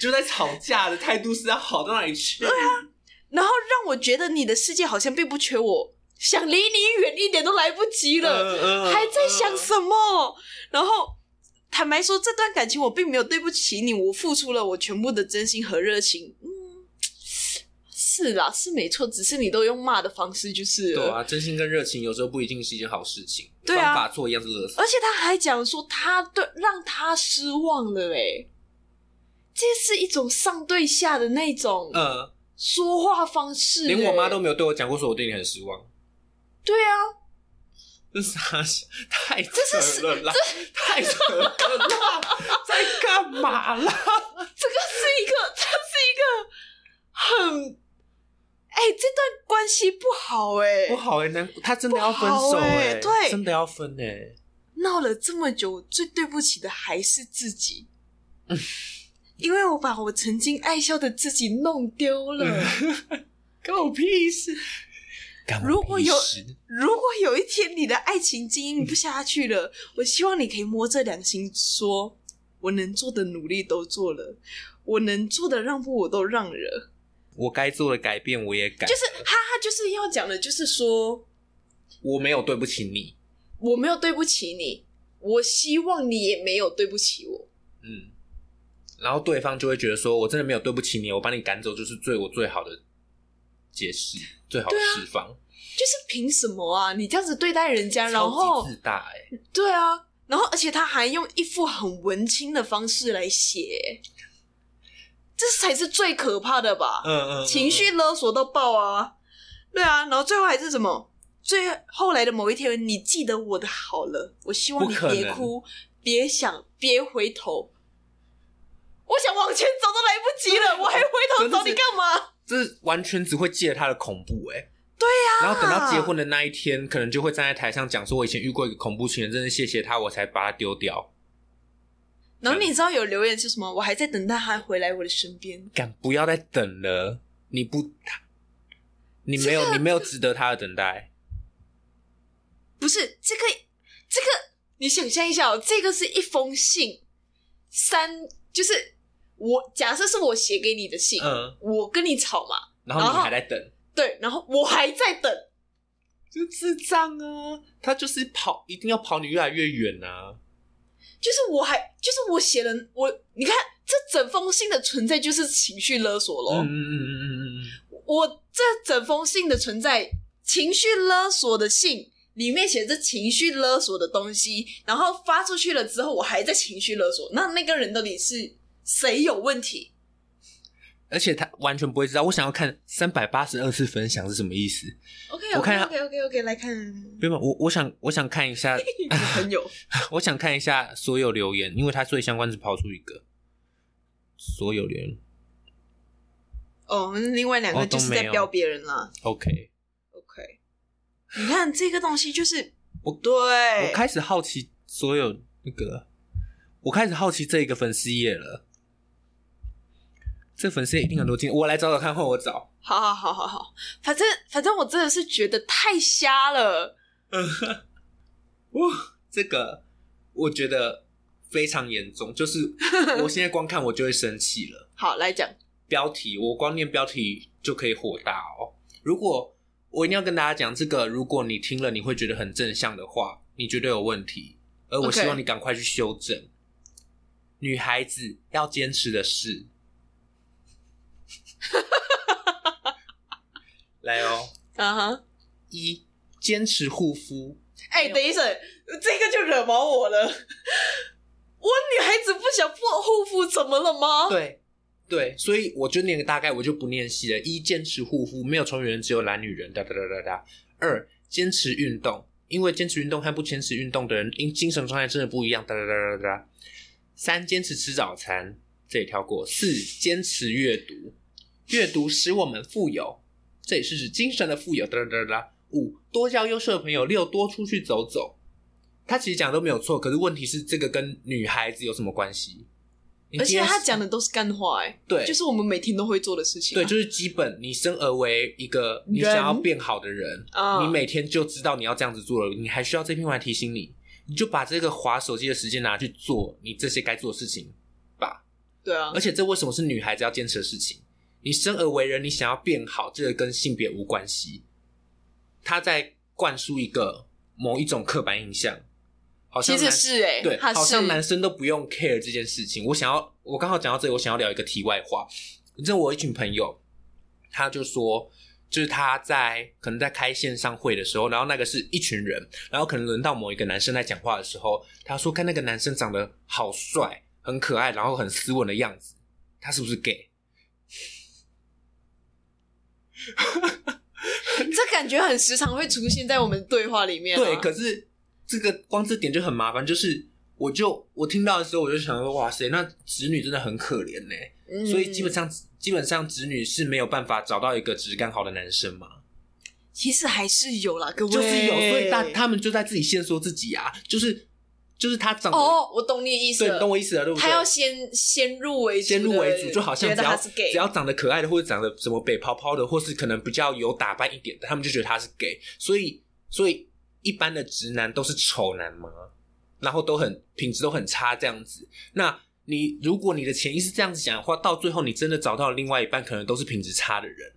S1: 就在吵架的态度是要好到哪里去？对啊，
S2: 然后让我觉得你的世界好像并不缺我，想离你远一点都来不及了，
S1: 嗯
S2: 还在想什
S1: 呃
S2: 么？然后坦白说，这段感情我并没有对不起你，我付出了我全部的真心和热情。嗯，是啦，是没错，只是你都用骂的方式，就是了
S1: 对啊，真心跟热情有时候不一定是一件好事情。
S2: 对啊
S1: 方法错一样是勒索。
S2: 而且他还讲说他对让他失望了嘞，这是一种上对下的那种
S1: 呃，
S2: 说话方式欸，
S1: 连我妈都没有对我讲过说我对你很失望，
S2: 对啊，
S1: 这是啥小？太扯了啦！太扯了啦！在干嘛啦？
S2: 这个是一个， 这是一个很，哎、这段关系不好哎、
S1: 不好哎、难，他真的要分
S2: 不
S1: 手
S2: 好
S1: 哎、
S2: 欸对
S1: 真的要分哎、
S2: 闹了这么久，最对不起的还是自己，因为我把我曾经爱笑的自己弄丢 了。
S1: 关我屁事！ 干我
S2: 如果有
S1: 屁事
S2: 如果有一天你的爱情经营不下去了，我希望你可以摸着良心说，我能做的努力都做了，我能做的让步我都让了。
S1: 我该做的改变我也改，
S2: 就是哈哈，就是要讲的，就是说
S1: 我没有对不起你。
S2: 我没有对不起你，我希望你也没有对不起我。
S1: 嗯，然后对方就会觉得说我真的没有对不起你，我把你赶走就是对我最好的解释，最好的
S2: 啊
S1: 释放。
S2: 就是凭什么啊？你这样子对待人家，然
S1: 超
S2: 后
S1: 级自大哎、
S2: 对啊，然后而且他还用一副很文青的方式来写，这才是最可怕的吧？
S1: 嗯嗯
S2: 情绪勒索到爆啊！对啊，然后最后还是什么？最后来的某一天，你记得我的好了，我希望你
S1: 不可能
S2: 别哭，别想，别回头。我想往前走都来不及了，我还回头
S1: 真的
S2: 找
S1: 是
S2: 你干嘛？
S1: 这完全只会记得他的恐怖哎、对
S2: 啊
S1: 呀、然后等到结婚的那一天，可能就会站在台上讲说：“我以前遇过一个恐怖情人，真的谢谢他，我才把他丢掉。
S2: 然后你知道有留言是什么？我还在等待他回来我的身边”。
S1: 敢不要再等了，你不，你没有，你没有值得他的等待。
S2: 不是这个，这个你想象一下哦，这个是一封信，三就是我假设是我写给你的信，
S1: 嗯，
S2: 我跟你吵嘛，
S1: 然后
S2: 然
S1: 你
S2: 后
S1: 还在等，
S2: 对，然后我还在等，
S1: 就智障啊！他就是跑，一定要跑你越来越远啊！
S2: 就是我还就是我写了我，你看这整封信的存在就是情绪勒索
S1: 嗯
S2: 咯。
S1: 嗯嗯嗯嗯嗯，
S2: 我这整封信的存在，情绪勒索的信里面写着情绪勒索的东西，然后发出去了之后，我还在情绪勒索，那那个人到底是谁有问题？
S1: 而且他完全不会知道。我想要看三百八十二次分享是什么意思？
S2: OK，
S1: 我看
S2: OK OK OK OK，来看
S1: 没有，我我想我想看一下
S2: 你的朋友，
S1: 我想看一下所有留言，因为它最相关只跑出一个。所有留言
S2: 哦，另外两个
S1: 哦都
S2: 就是
S1: 没
S2: 在
S1: 有
S2: 标别人啦。
S1: ，OK。
S2: OK，你看这个东西就是
S1: 我
S2: 对，哎
S1: 我开始好奇所有那个，我开始好奇这一个粉丝页了。这粉丝页一定很多经，我来找找看，换我找。
S2: 好好好好好，反正反正我真的是觉得太瞎了。
S1: 哇，这个我觉得非常严重，就是我现在光看我就会生气了。
S2: 好，来讲，
S1: 标题，我光念标题就可以火大哦。如果我一定要跟大家讲这个，如果你听了你会觉得很正向的话，你绝对有问题，而我
S2: OK
S1: 希望你赶快去修正。女孩子要坚持的事，来哦，
S2: 啊哈，
S1: 一坚持护肤，
S2: 哎，等一下，这个就惹毛我了。 我女孩子不想做护肤，怎么了吗？
S1: 对对，所以我就念个大概，我就不念细了。一坚持护肤，没有丑女人，只有懒女人。哒哒哒哒哒。二坚持运动，因为坚持运动和不坚持运动的人，因精神状态真的不一样。哒哒哒哒哒。三坚持吃早餐，这也跳过。四坚持阅读，阅读使我们富有，这也是指精神的富有。哒哒哒哒。五多交优秀的朋友。六多出去走走。他其实讲的都没有错，可是问题是这个跟女孩子有什么关系？你
S2: 而
S1: 今
S2: 且
S1: 天
S2: 她
S1: 是
S2: 讲的都是干话，哎，
S1: 对，
S2: 就是我们每天都会做的事情啊。
S1: 对，就是基本你生而为一个你
S2: 人
S1: 想要变好的人，
S2: 啊，
S1: 你每天就知道你要这样子做了，你还需要这篇文来提醒你，你就把这个划手机的时间拿去做你这些该做的事情吧。
S2: 对啊
S1: 而，且这为什么是女孩子要坚持的事情？你生而为人，你想要变好，这个跟性别无关系。他在灌输一个某一种刻板印象，好像
S2: 其实
S1: 男
S2: 是哎，
S1: 对，
S2: 她
S1: 好
S2: 是
S1: 像男生都不用 care 这件事情。我想要，我刚好讲到这里，我想要聊一个题外话。这我有一群朋友，他就说，就是他在可能在开线上会的时候，然后那个是一群人，然后可能轮到某一个男生在讲话的时候，他说看那个男生长得好帅、很可爱，然后很斯文的样子，他是不是 gay？
S2: 这感觉很时常会出现在我们对话里面啊。
S1: 对，可是这个光这点就很麻烦，就是我就我听到的时候，我就想说，哇塞，那直女真的很可怜呢、
S2: 嗯
S1: 所以基本上基本上直女是没有办法找到一个质感好的男生嘛，
S2: 其实还是有啦，各位
S1: 就是有，所以大他们就在自己限缩自己啊，就是就是他长得、
S2: 哦，我懂你的意思
S1: 对，
S2: 了
S1: 你懂。我意思了，对不对？
S2: 他要先先入为主的，
S1: 先入为主，就好像
S2: 觉
S1: 只
S2: 得
S1: 要
S2: 他是 gay，
S1: 只要长得可爱的，或者长得什么北泡泡的，或是可能比较有打扮一点的，他们就觉得他是 gay。所以，所以一般的直男都是丑男嘛，然后都很品质都很差这样子。那你如果你的潜意识这样子讲的话，到最后你真的找到另外一半，可能都是品质差的人，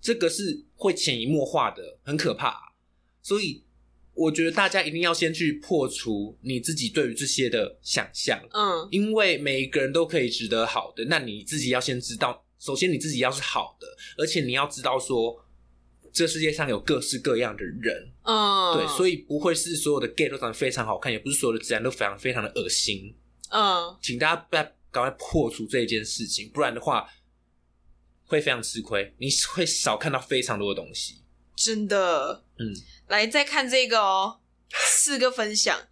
S1: 这个是会潜移默化的，很可怕、啊所以。我觉得大家一定要先去破除你自己对于这些的想象，
S2: 嗯，
S1: 因为每一个人都可以值得好的，那你自己要先知道，首先你自己要是好的，而且你要知道说，这世界上有各式各样的人，
S2: 嗯，
S1: 对，所
S2: 以
S1: 以不会是所有的 gay 都长得非常好看，也不是所有的直男都非常非常的恶心，
S2: 嗯，
S1: 请大家不要赶快破除这一件事情，不然的话会非常吃亏，你会少看到非常多的东西。
S2: 真的，
S1: 嗯，
S2: 来再看这个哦，四个分享。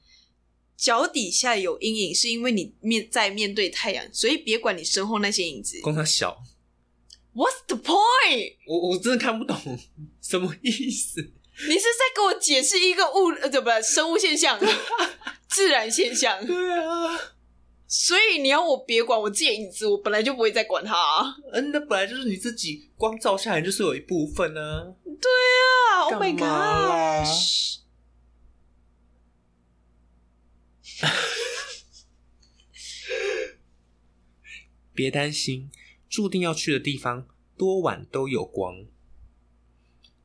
S2: 脚底下有阴影，是因为你面在面对太阳，所以别管你身后那些影子。
S1: 光他小，
S2: What's the point？
S1: 我我真的看不懂 什么意思。
S2: 你是在给我解释一个物呃，怎么生物 现象、自然现象？
S1: 对啊，
S2: 所以你要我别管我自己的影子，我本来就不会再管它啊、
S1: 嗯，那本来就是你自己光照下来就是有一部分啊。
S2: 啊！Oh my
S1: 干嘛啦
S2: gosh！
S1: 别担心，注定要去的地方多晚都有光。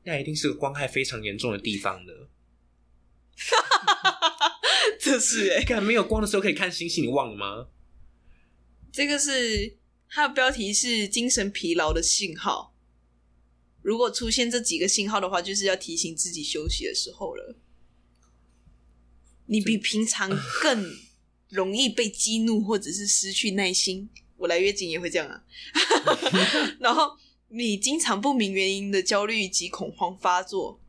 S1: 那一定是个光害非常严重的地方呢。
S2: 这是哎、
S1: 看没有光的时候可以看星星，你忘了 吗？
S2: 这个是它的标题是“精神疲劳的信号”。如果出现这几个信号的话，就是要提醒自己休息的时候了。你比平常更容易被激怒，或者是失去耐心。我来月经也会这样啊。 然后你经常不明原因的焦虑及恐慌发作，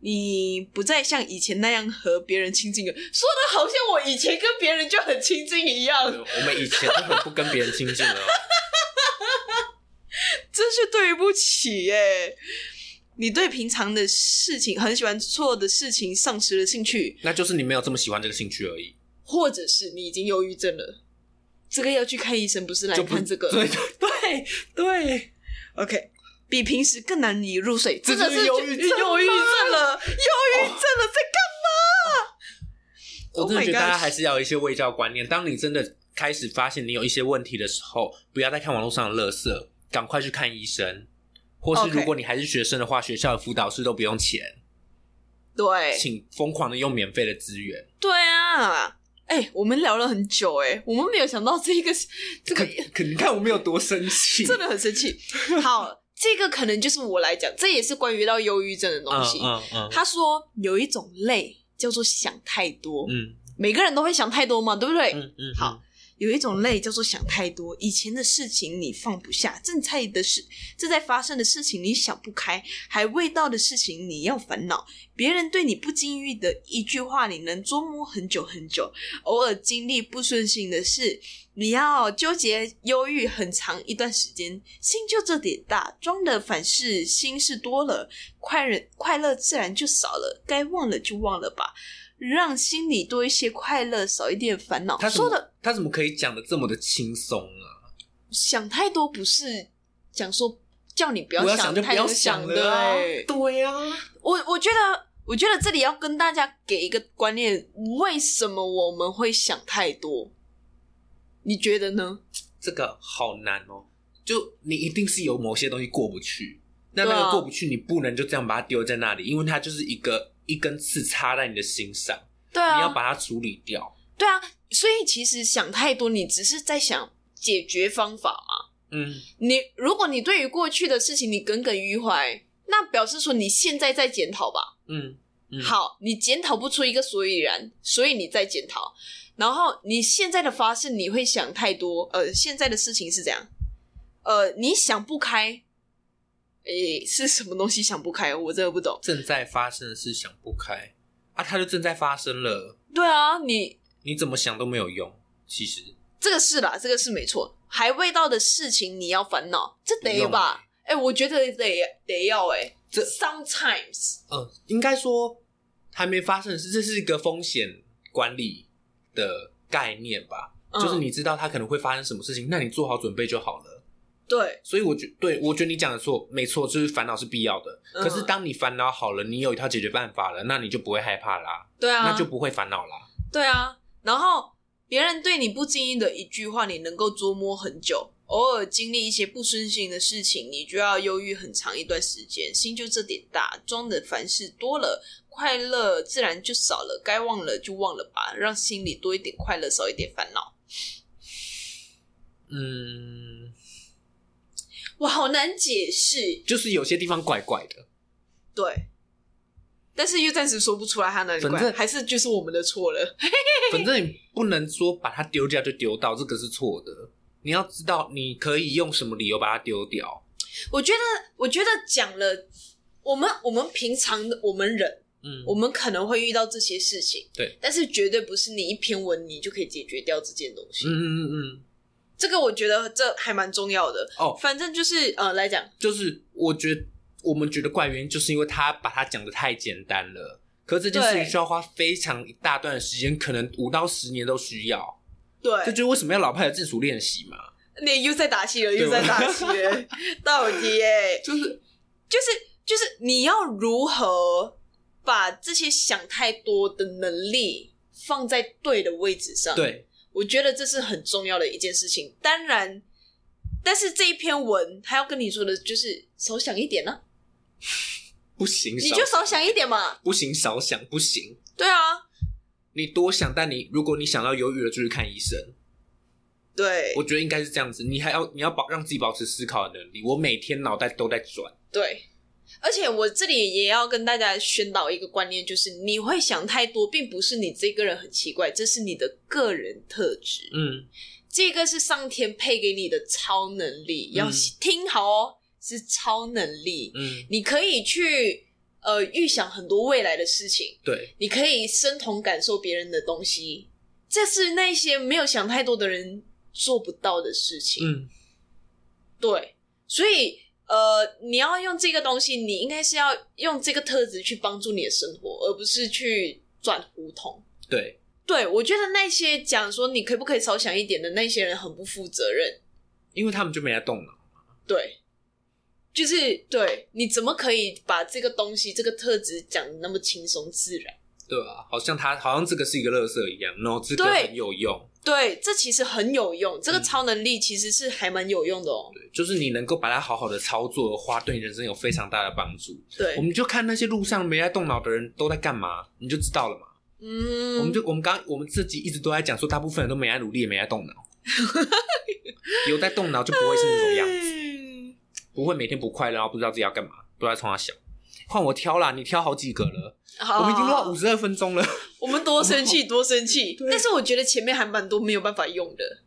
S2: 你不再像以前那样和别人亲近了。说的好像我以前跟别人就很亲近一样。
S1: 我们以前根本不跟别人亲近了哦。
S2: 真是对不起耶！你对平常的事情很喜欢做的事情丧失了兴趣，
S1: 那就是你没有这么喜欢这个兴趣而已，
S2: 或者是你已经忧郁症了，这个要去看医生，不是来
S1: 就不
S2: 看这个。
S1: 对对对对，
S2: OK，比平时更难以入睡，真的
S1: 这就是是忧郁症 吗
S2: 忧郁症了，忧郁症了，在干
S1: 我
S2: Oh
S1: 真的
S2: my
S1: 觉得大家
S2: gosh
S1: 还是要有一些卫教观念。当你真的开始发现你有一些问题的时候，不要再看网络上的垃圾，赶快去看医生。或是
S2: OK
S1: 如果你还是学生的话学校的辅导师都不用钱，
S2: 对
S1: 请疯狂的用免费的资源。
S2: 对啊，哎、我们聊了很久、哎，我们没有想到这一个这个
S1: 可可你看我们有多生气，
S2: 真的很生气。 好，这个可能就是我来讲，这也是关于到忧郁症的东
S1: 嗯
S2: 西。
S1: 嗯嗯
S2: 他说有一种累叫做想太多，
S1: 嗯
S2: 每个人都会想太多嘛，对不对？
S1: 嗯嗯，
S2: 好，有一种累叫做想太多，以前的事情你放不下，正在的事正在发生的事情你想不开，还未到的事情你要烦恼，别人对你不经意的一句话你能捉摸很久很久，偶尔经历不顺心的事，你要纠结忧郁很长一段时间，心就这点大，装的反是心事多了，快人快乐自然就少了，该忘了就忘了吧。让心里多一些快乐，少一点烦恼。
S1: 他怎
S2: 说
S1: 么
S2: 的
S1: 他怎么可以讲的这么的轻松啊？
S2: 想太多不是讲说叫你不
S1: 我要
S2: 想
S1: 就不
S2: 太
S1: 要
S2: 多
S1: 想
S2: 的、
S1: 了啊
S2: 欸，
S1: 对啊，
S2: 我我觉得，我觉得这里要跟大家给一个观念，为什么我们会想太多？你觉得呢？
S1: 这个好难哦。就你一定是有某些东西过不去，那那
S2: 对啊
S1: 个过不去，你不能就这样把它丢在那里，因为它就是一个一根刺插在你的心上，
S2: 对
S1: 你要
S2: 啊，
S1: 把它处理掉。
S2: 对啊，所以其实想太多，你只是在想解决方法嘛。
S1: 嗯，
S2: 你如果你对于过去的事情你耿耿于怀，那表示说你现在在检讨吧。
S1: 嗯嗯
S2: 好，你检讨不出一个所以然，所以你再检讨。然后你现在的发誓，你会想太多。呃，现在的事情是这样，呃，你想不开，诶，是什么东西想不开？我真的不懂。
S1: 正在发生的事想不开啊，它就正在发生了，
S2: 对啊，你
S1: 你怎么想都没有用。其实
S2: 这个是啦，这个是没错。还未到的事情你要烦恼，这
S1: 不
S2: 得
S1: 用啊
S2: 吧？哎、我觉得得得要哎、
S1: 这
S2: sometimes
S1: 嗯，应该说还没发生的事，这是一个风险管理的概念吧？就是
S2: 嗯
S1: 你知道它可能会发生什么事情，那你做好准备就好了。
S2: 对
S1: 所以我觉对我觉得你讲的错，没错，就是烦恼是必要的。
S2: 嗯
S1: 可是当你烦恼好了，你有一套解决办法了，那你就不会害怕啦，
S2: 对啊，
S1: 那就不会烦恼啦。
S2: 对啊，然后别人对你不经意的一句话，你能够捉摸很久。偶尔经历一些不顺心的事情，你就要忧郁很长一段时间。心就这点大，装的凡事多了，快乐自然就少了。该忘了就忘了吧，让心里多一点快乐，少一点烦恼。
S1: 嗯，
S2: 哇，好难解释。
S1: 就是有些地方怪怪 的，
S2: 对，但是又暂时说不出来他哪里
S1: 反
S2: 怪，
S1: 正
S2: 还是就是我们的错了。
S1: 反正你不能说把它丢掉就丢到，这个是错的。你要知道你可以用什么理由把它丢掉。
S2: 我觉得，我觉得讲了我们我们平常的我们人，
S1: 嗯，
S2: 我们可能会遇到这些事情，
S1: 对，
S2: 但是绝对不是你一篇文你就可以解决掉这件东西。
S1: 嗯嗯嗯嗯，
S2: 这个我觉得这还蛮重要的。
S1: 哦
S2: 反正就是呃，来讲，
S1: 就是我觉得我们觉得怪原因，就是因为他把它讲的太简单了。可是这件事情
S2: 对
S1: 需要花非常一大段的时间，可能五到十年都需要。这
S2: 对，
S1: 就是为什么要老派的自主练习嘛。
S2: 你又在打气了，
S1: 对
S2: 又在打气了， 到底耶、
S1: 就是
S2: 就是就是你要如何把这些想太多的能力放在对的位置上？，
S1: 对，
S2: 我觉得这是很重要的一件事情。当然，但是这一篇文他要跟你说的就是少想一点呢、啊
S1: 不行，
S2: 你就少想一点嘛。
S1: 不行，少想不行。
S2: 对啊，
S1: 你多想，但你如果你想到犹豫了，就去看医生。
S2: 对
S1: 我觉得应该是这样子，你还要你要保让自己保持思考的能力。我每天脑袋都在转，
S2: 对。而且我这里也要跟大家宣导一个观念，就是你会想太多，并不是你这个人很奇怪，这是你的个人特质。
S1: 嗯，
S2: 这个是上天配给你的超能力，
S1: 嗯
S2: 要听好哦，是超能力。
S1: 嗯，
S2: 你可以去呃预想很多未来的事情，
S1: 对，
S2: 你可以身同感受别人的东西，这是那些没有想太多的人做不到的事情。
S1: 嗯，
S2: 对，所以呃，你要用这个东西，你应该是要用这个特质去帮助你的生活，而不是去转胡同。
S1: 对，
S2: 对，我觉得那些讲说你可不可以少想一点的那些人很不负责任。
S1: 因为他们就没在动脑。
S2: 对，就是对，你怎么可以把这个东西、这个特质讲的那么轻松自然？
S1: 对啊，好像他好像这个是一个垃圾一样，然后这个
S2: 对
S1: 很有用，
S2: 对，这其实很有用，这个
S1: 嗯
S2: 超能力其实是还蛮有用的哦。
S1: 对，就是你能够把它好好的操作的话，对你人生有非常大的帮助。
S2: 对
S1: 我，们就看那些路上没在动脑的人都在干嘛，你就知道了嘛。
S2: 嗯，
S1: 我们就我们刚我们自己一直都在讲说，大部分人都没在努力，也没在动脑。有在动脑就不会是那种样子，
S2: 嗯
S1: 不会每天不快乐，然后不知道自己要干嘛，都在冲他笑。换我挑啦，你挑好几个了，
S2: 好
S1: 我们已经录
S2: 好
S1: 到五十二分钟了。
S2: 我们多生气，多生气。
S1: 对
S2: 但是我觉得前面还蛮多没有办法用的，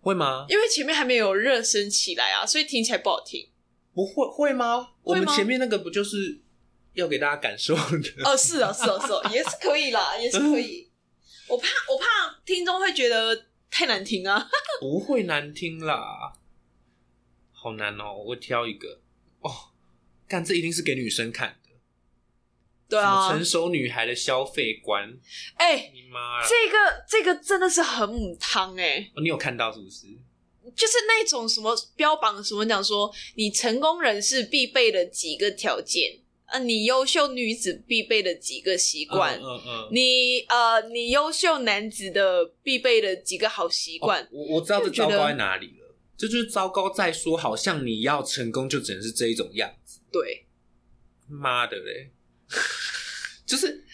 S1: 会吗？
S2: 因为前面还没有热身起来啊，所以听起来不好 听。
S1: 不会，会吗？我们
S2: 会吗
S1: 前面那个不就是要给大家感受的？
S2: 哦，是哦，是哦，是哦， 也是可以啦，也是可以。我怕，我怕听众会觉得太难听啊。
S1: 不会难听啦，好难哦、我挑一个哦，干这一定是给女生看的，
S2: 对
S1: 什么
S2: 啊
S1: 成，熟女孩的消费观，
S2: 哎、
S1: 你妈呀！
S2: 这个这个真的是很母汤哎、
S1: 哦你有看到是不是？
S2: 就是那种什么标榜什么讲说你成功人士必备的几个条件，啊，你优秀女子必备的几个习惯。
S1: 嗯嗯嗯，
S2: 你呃，你优秀男子的必备的几个好习惯
S1: 哦，我我知道这
S2: 就觉
S1: 糟
S2: 得
S1: 糕在哪里了，这就是糟糕在说，好像你要成功就只能是这一种样子，
S2: 对，
S1: 妈的嘞！ 就是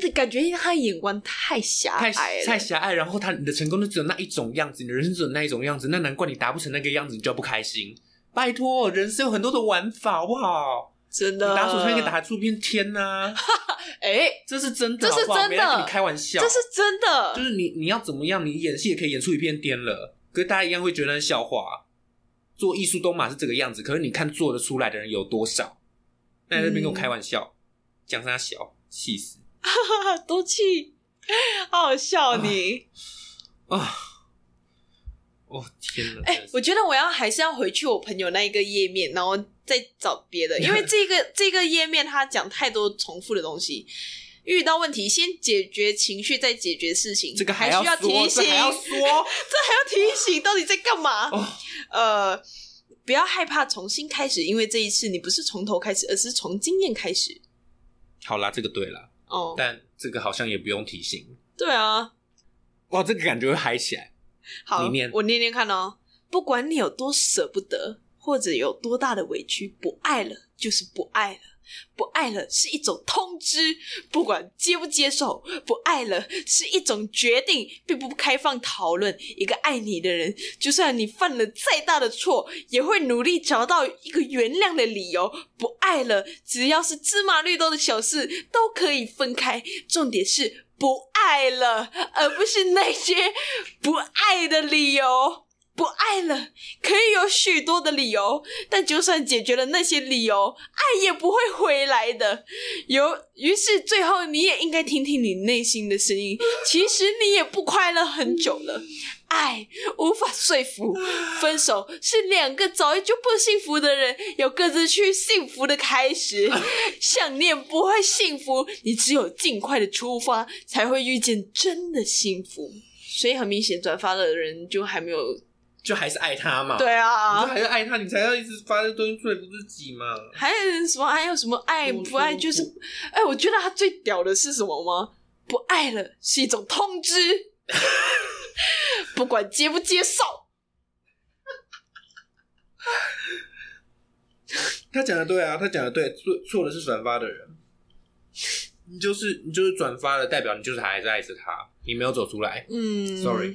S2: 就感觉他眼光太狭
S1: 太
S2: 隘了，
S1: 太狭隘，然后他你的成功就只有那一种样子，你的人生只有那一种样子，那难怪你达不成那个样子，你就要不开心。拜托，人生有很多的玩法，好不好？
S2: 真
S1: 你
S2: 的。
S1: 打手枪可以打出片天 呐、
S2: 哎、
S1: 这是真的，
S2: 这是
S1: 好不好
S2: 真的
S1: 没在跟你开玩笑，
S2: 这是真的，
S1: 就是你你要怎么样，你演戏也可以演出一片天了，可是大家一样会觉得那是笑话、做艺术都嘛是这个样子，可是你看做得出来的人有多少？那你在那边跟我开玩
S2: 嗯
S1: 笑，讲他小，气死
S2: 哈哈多气，好好笑你。
S1: 啊！哦天哪！
S2: 哎、
S1: 真的是
S2: 我觉得我要还是要回去我朋友那一个页面，然后再找别的，因为这个这个页面他讲太多重复的东西。遇到问题，先解决情绪，再解决事情。
S1: 这个还
S2: 需
S1: 要
S2: 要
S1: 说，
S2: 提
S1: 这
S2: 醒，
S1: 还要说，
S2: 提醒到底在干嘛？
S1: 哦
S2: 呃，不要害怕重新开始，因为这一次你不是从头开始，而是从经验开始。
S1: 好啦，这个对啦，
S2: 哦，
S1: 但这个好像也不用提醒。
S2: 对啊，
S1: 哇，这个感觉会嗨起来。
S2: 好，
S1: 你念
S2: 我念念看哦。不管你有多舍不得，或者有多大的委屈，不爱了就是不爱了。不爱了是一种通知，不管接不接受；不爱了是一种决定，并不开放讨论。一个爱你的人，就算你犯了再大的错，也会努力找到一个原谅的理由。不爱了，只要是芝麻绿豆的小事，都可以分开。重点是 不爱了，而不是那些不爱的理由。不爱了，可以有许多的理由，但就算解决了那些理由，爱也不会回来的。有，于是最后你也应该听听你内心的声音。其实你也不快乐很久了，爱无法说服，分手是两个早就不幸福的人有各自去幸福的开始。想念不会幸福，你只有尽快的出发，才会遇见真的幸福。所以很明显，转发的人就还没有。
S1: 就还是爱他嘛。
S2: 对
S1: 你就
S2: 啊，
S1: 还是爱他，你才要一直发这东西说服自己嘛。
S2: 还有什么还有什么爱
S1: 我
S2: 不爱？
S1: 我
S2: 就是，哎、我觉得他最屌的是什么吗？不爱了是一种通知， 不管接不接受。
S1: 他讲的对啊，他讲的对，错错的是转发的人。你就是你就是转发了，代表你就是还在爱着他，你没有走出来。
S2: 嗯
S1: Sorry，、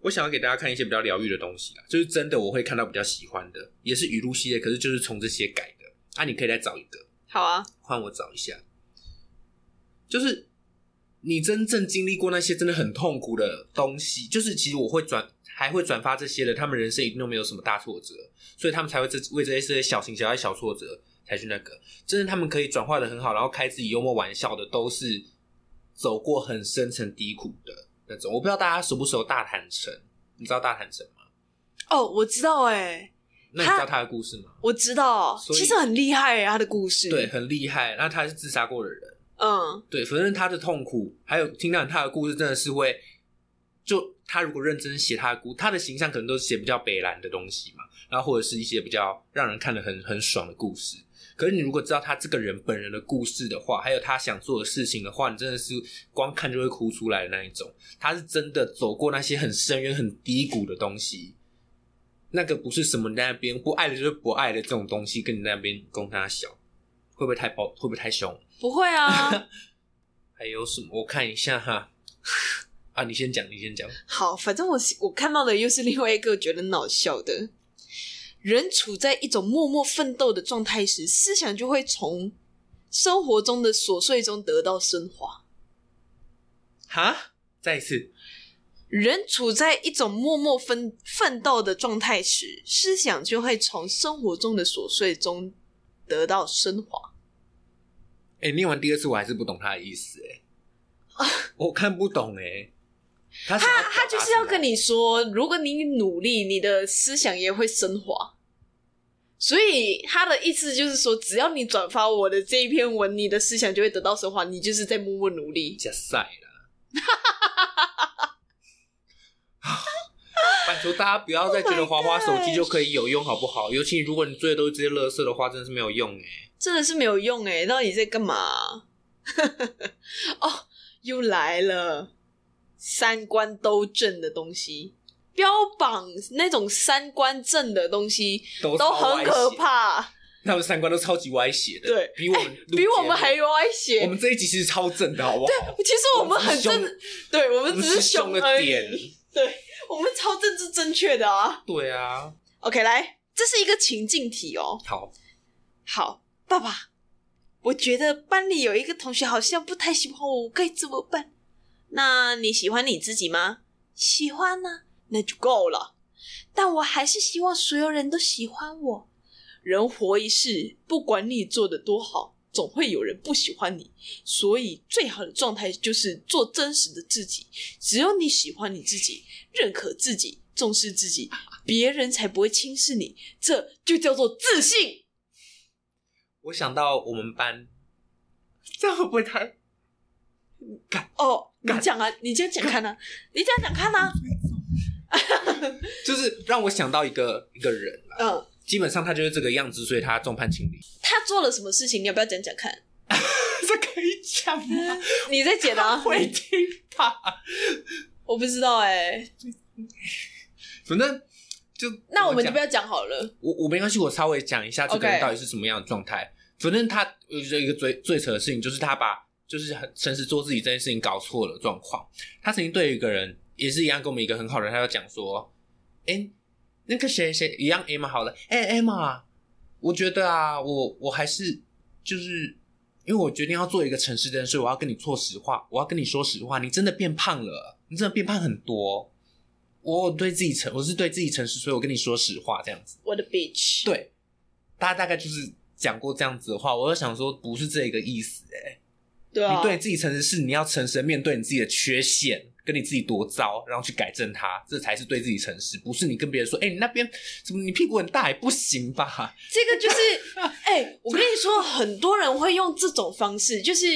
S1: 我想要给大家看一些比较疗愈的东西啦，就是真的我会看到比较喜欢的，也是语录系列，可是就是从这些改的。啊，你可以再找一个，
S2: 好啊，
S1: 换我找一下。就是你真正经历过那些真的很痛苦的东西，就是其实我会转，还会转发这些的，他们人生一定都没有什么大挫折，所以他们才会这为这些这些小情小爱、小挫折才去那个。真的，他们可以转化的很好，然后开自己幽默玩笑的，都是走过很深层低谷的那种。我不知道大家熟不熟大坦诚，你知道大坦诚吗？
S2: 哦，我知道哎、
S1: 那你知道他的故事吗？
S2: 我知道，
S1: 所以
S2: 其实很厉害、欸、他的故事。
S1: 对，，很厉害。那他是自杀过的人。
S2: 嗯，
S1: 对，反正他的痛苦，还有听到他的故事，真的是会，就他如果认真写他的故，他的形象可能都是写比较北蓝的东西嘛，然后或者是一些比较让人看得很很爽的故事。可是你如果知道他这个人本人的故事的话，还有他想做的事情的话，你真的是光看就会哭出来的那一种。他是真的走过那些很深渊、很低谷的东西，那个不是什么你在那边不爱的就是不爱的这种东西，跟你那边供他小，会不会太暴？会不会太凶？
S2: 不 会啊。
S1: 还有什么？我看一下哈。 啊，你先讲，你先讲。
S2: 好，反正我是我看到的又是另外一个觉得闹笑的。人处在一种默默奋斗的状态时，思想就会从生活中的琐碎中得到升华。
S1: 哈，再一次。
S2: 人处在一种默默奋奋斗的状态时，思想就会从生活中的琐碎中得到升华。
S1: 哎、念完第二次我还是不懂他的意思、欸，哎，我看不懂、欸，哎，他他
S2: 哦他他就是要跟你说，如果你努力，你的思想也会升华。所以他的意思就是说，只要你转发我的这一篇文，你的思想就会得到升华，你就是在默默努力。
S1: 加赛啦。 拜托大家不要再觉得
S2: Oh my
S1: 滑滑手机就可以有用，好不好？尤其如果你追的都是这些垃圾的话，真的是没有用、欸，哎。
S2: 真的是没有用哎、到底在干嘛？ 哦，又来了，三观都正的东西，标榜那种三观正的东西
S1: 都
S2: 都
S1: 超歪
S2: 很可
S1: 斜，
S2: 怕，
S1: 他们三观都超级歪斜的，
S2: 对
S1: 比我们录
S2: 比我
S1: 节
S2: 们
S1: 目
S2: 还歪斜。
S1: 我们这一集其实超正的，好不好？
S2: 其实我们很
S1: 我们
S2: 正，对我们只是
S1: 凶
S2: 凶
S1: 的
S2: 而
S1: 点
S2: 已。对，我们超政治正确的啊。
S1: 对啊，
S2: OK，来，这是一个情境题哦。
S1: 好，
S2: 好，爸爸，我觉得班里有一个同学好像不太喜欢我，我该怎么办？那你喜欢你自己吗？喜欢呢、那就够了。但我还是希望所有人都喜欢我。人活一世，不管你做的多好，总会有人不喜欢你。所以最好的状态就是做真实的自己。只有你喜欢你自己，认可自己，重视自己，别人才不会轻视你。这就叫做自信。
S1: 我想到我们班， 这样会不会太
S2: 哦，你
S1: 干
S2: 讲啊，你这样讲看啊，你这样讲看啊，
S1: 就是让我想到一个一个人啦，
S2: 嗯，
S1: 基本上他就是这个样子，所以他众叛亲离。
S2: 他做了什么事情？你要不要讲讲看？
S1: 这可以讲吗？
S2: 你在解答，
S1: 会听吧？
S2: 我不知道哎、
S1: 反正就
S2: 那我们就不
S1: 讲
S2: 要讲好了。
S1: 我我没关系，我稍微讲一下这个
S2: OK
S1: 人到底是什么样的状态。反正他有一个最最扯的事情，就是他把就是很诚实做自己这件事情搞错了状况。他曾经对一个人也是一样，跟我们一个很好的人，他就讲说：“哎、那个谁谁一样 Emma 好了，哎、Emma，我觉得啊，我我还是就是因为我决定要做一个诚实的人，所以我要跟你说实话，我要跟你说实话，你真的变胖了，你真的变胖很多。”我对自己诚，我是对自己诚实，所以我跟你说实话这样子。
S2: 我的 bitch，
S1: 对，大家大概就是讲过这样子的话，我就想说不是这个意思哎、
S2: 对啊，
S1: 你对自己诚实是你要诚实地面对你自己的缺陷，跟你自己多糟，然后去改正它，这才是对自己诚实，不是你跟别人说，哎、你那边怎么你屁股很大也不行吧？
S2: 这 个就是，哎、我跟你说，很多人会用这种方式，就是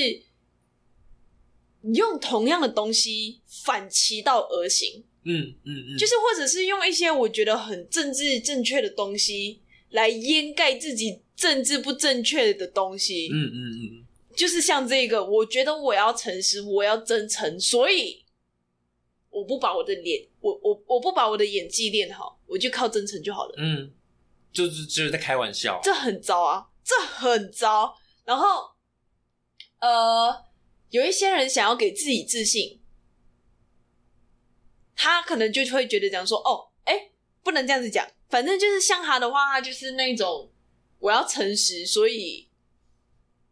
S2: 你用同样的东西反其道而行，
S1: 嗯嗯嗯，
S2: 就是或者是用一些我觉得很政治正确的东西来掩盖自己政治不正确的东西，
S1: 嗯嗯嗯，
S2: 就是像这个，我觉得我要诚实，我要真诚，所以我不把我的脸，我我我不把我的演技练好，我就靠真诚就好了。
S1: 嗯，就是就是在开玩笑，
S2: 这很糟啊，这很糟。然后，呃，有一些人想要给自己自信，他可能就会觉得讲说，哦，哎，不能这样子讲。反正就是像他的话，他就是那种我要诚实，所以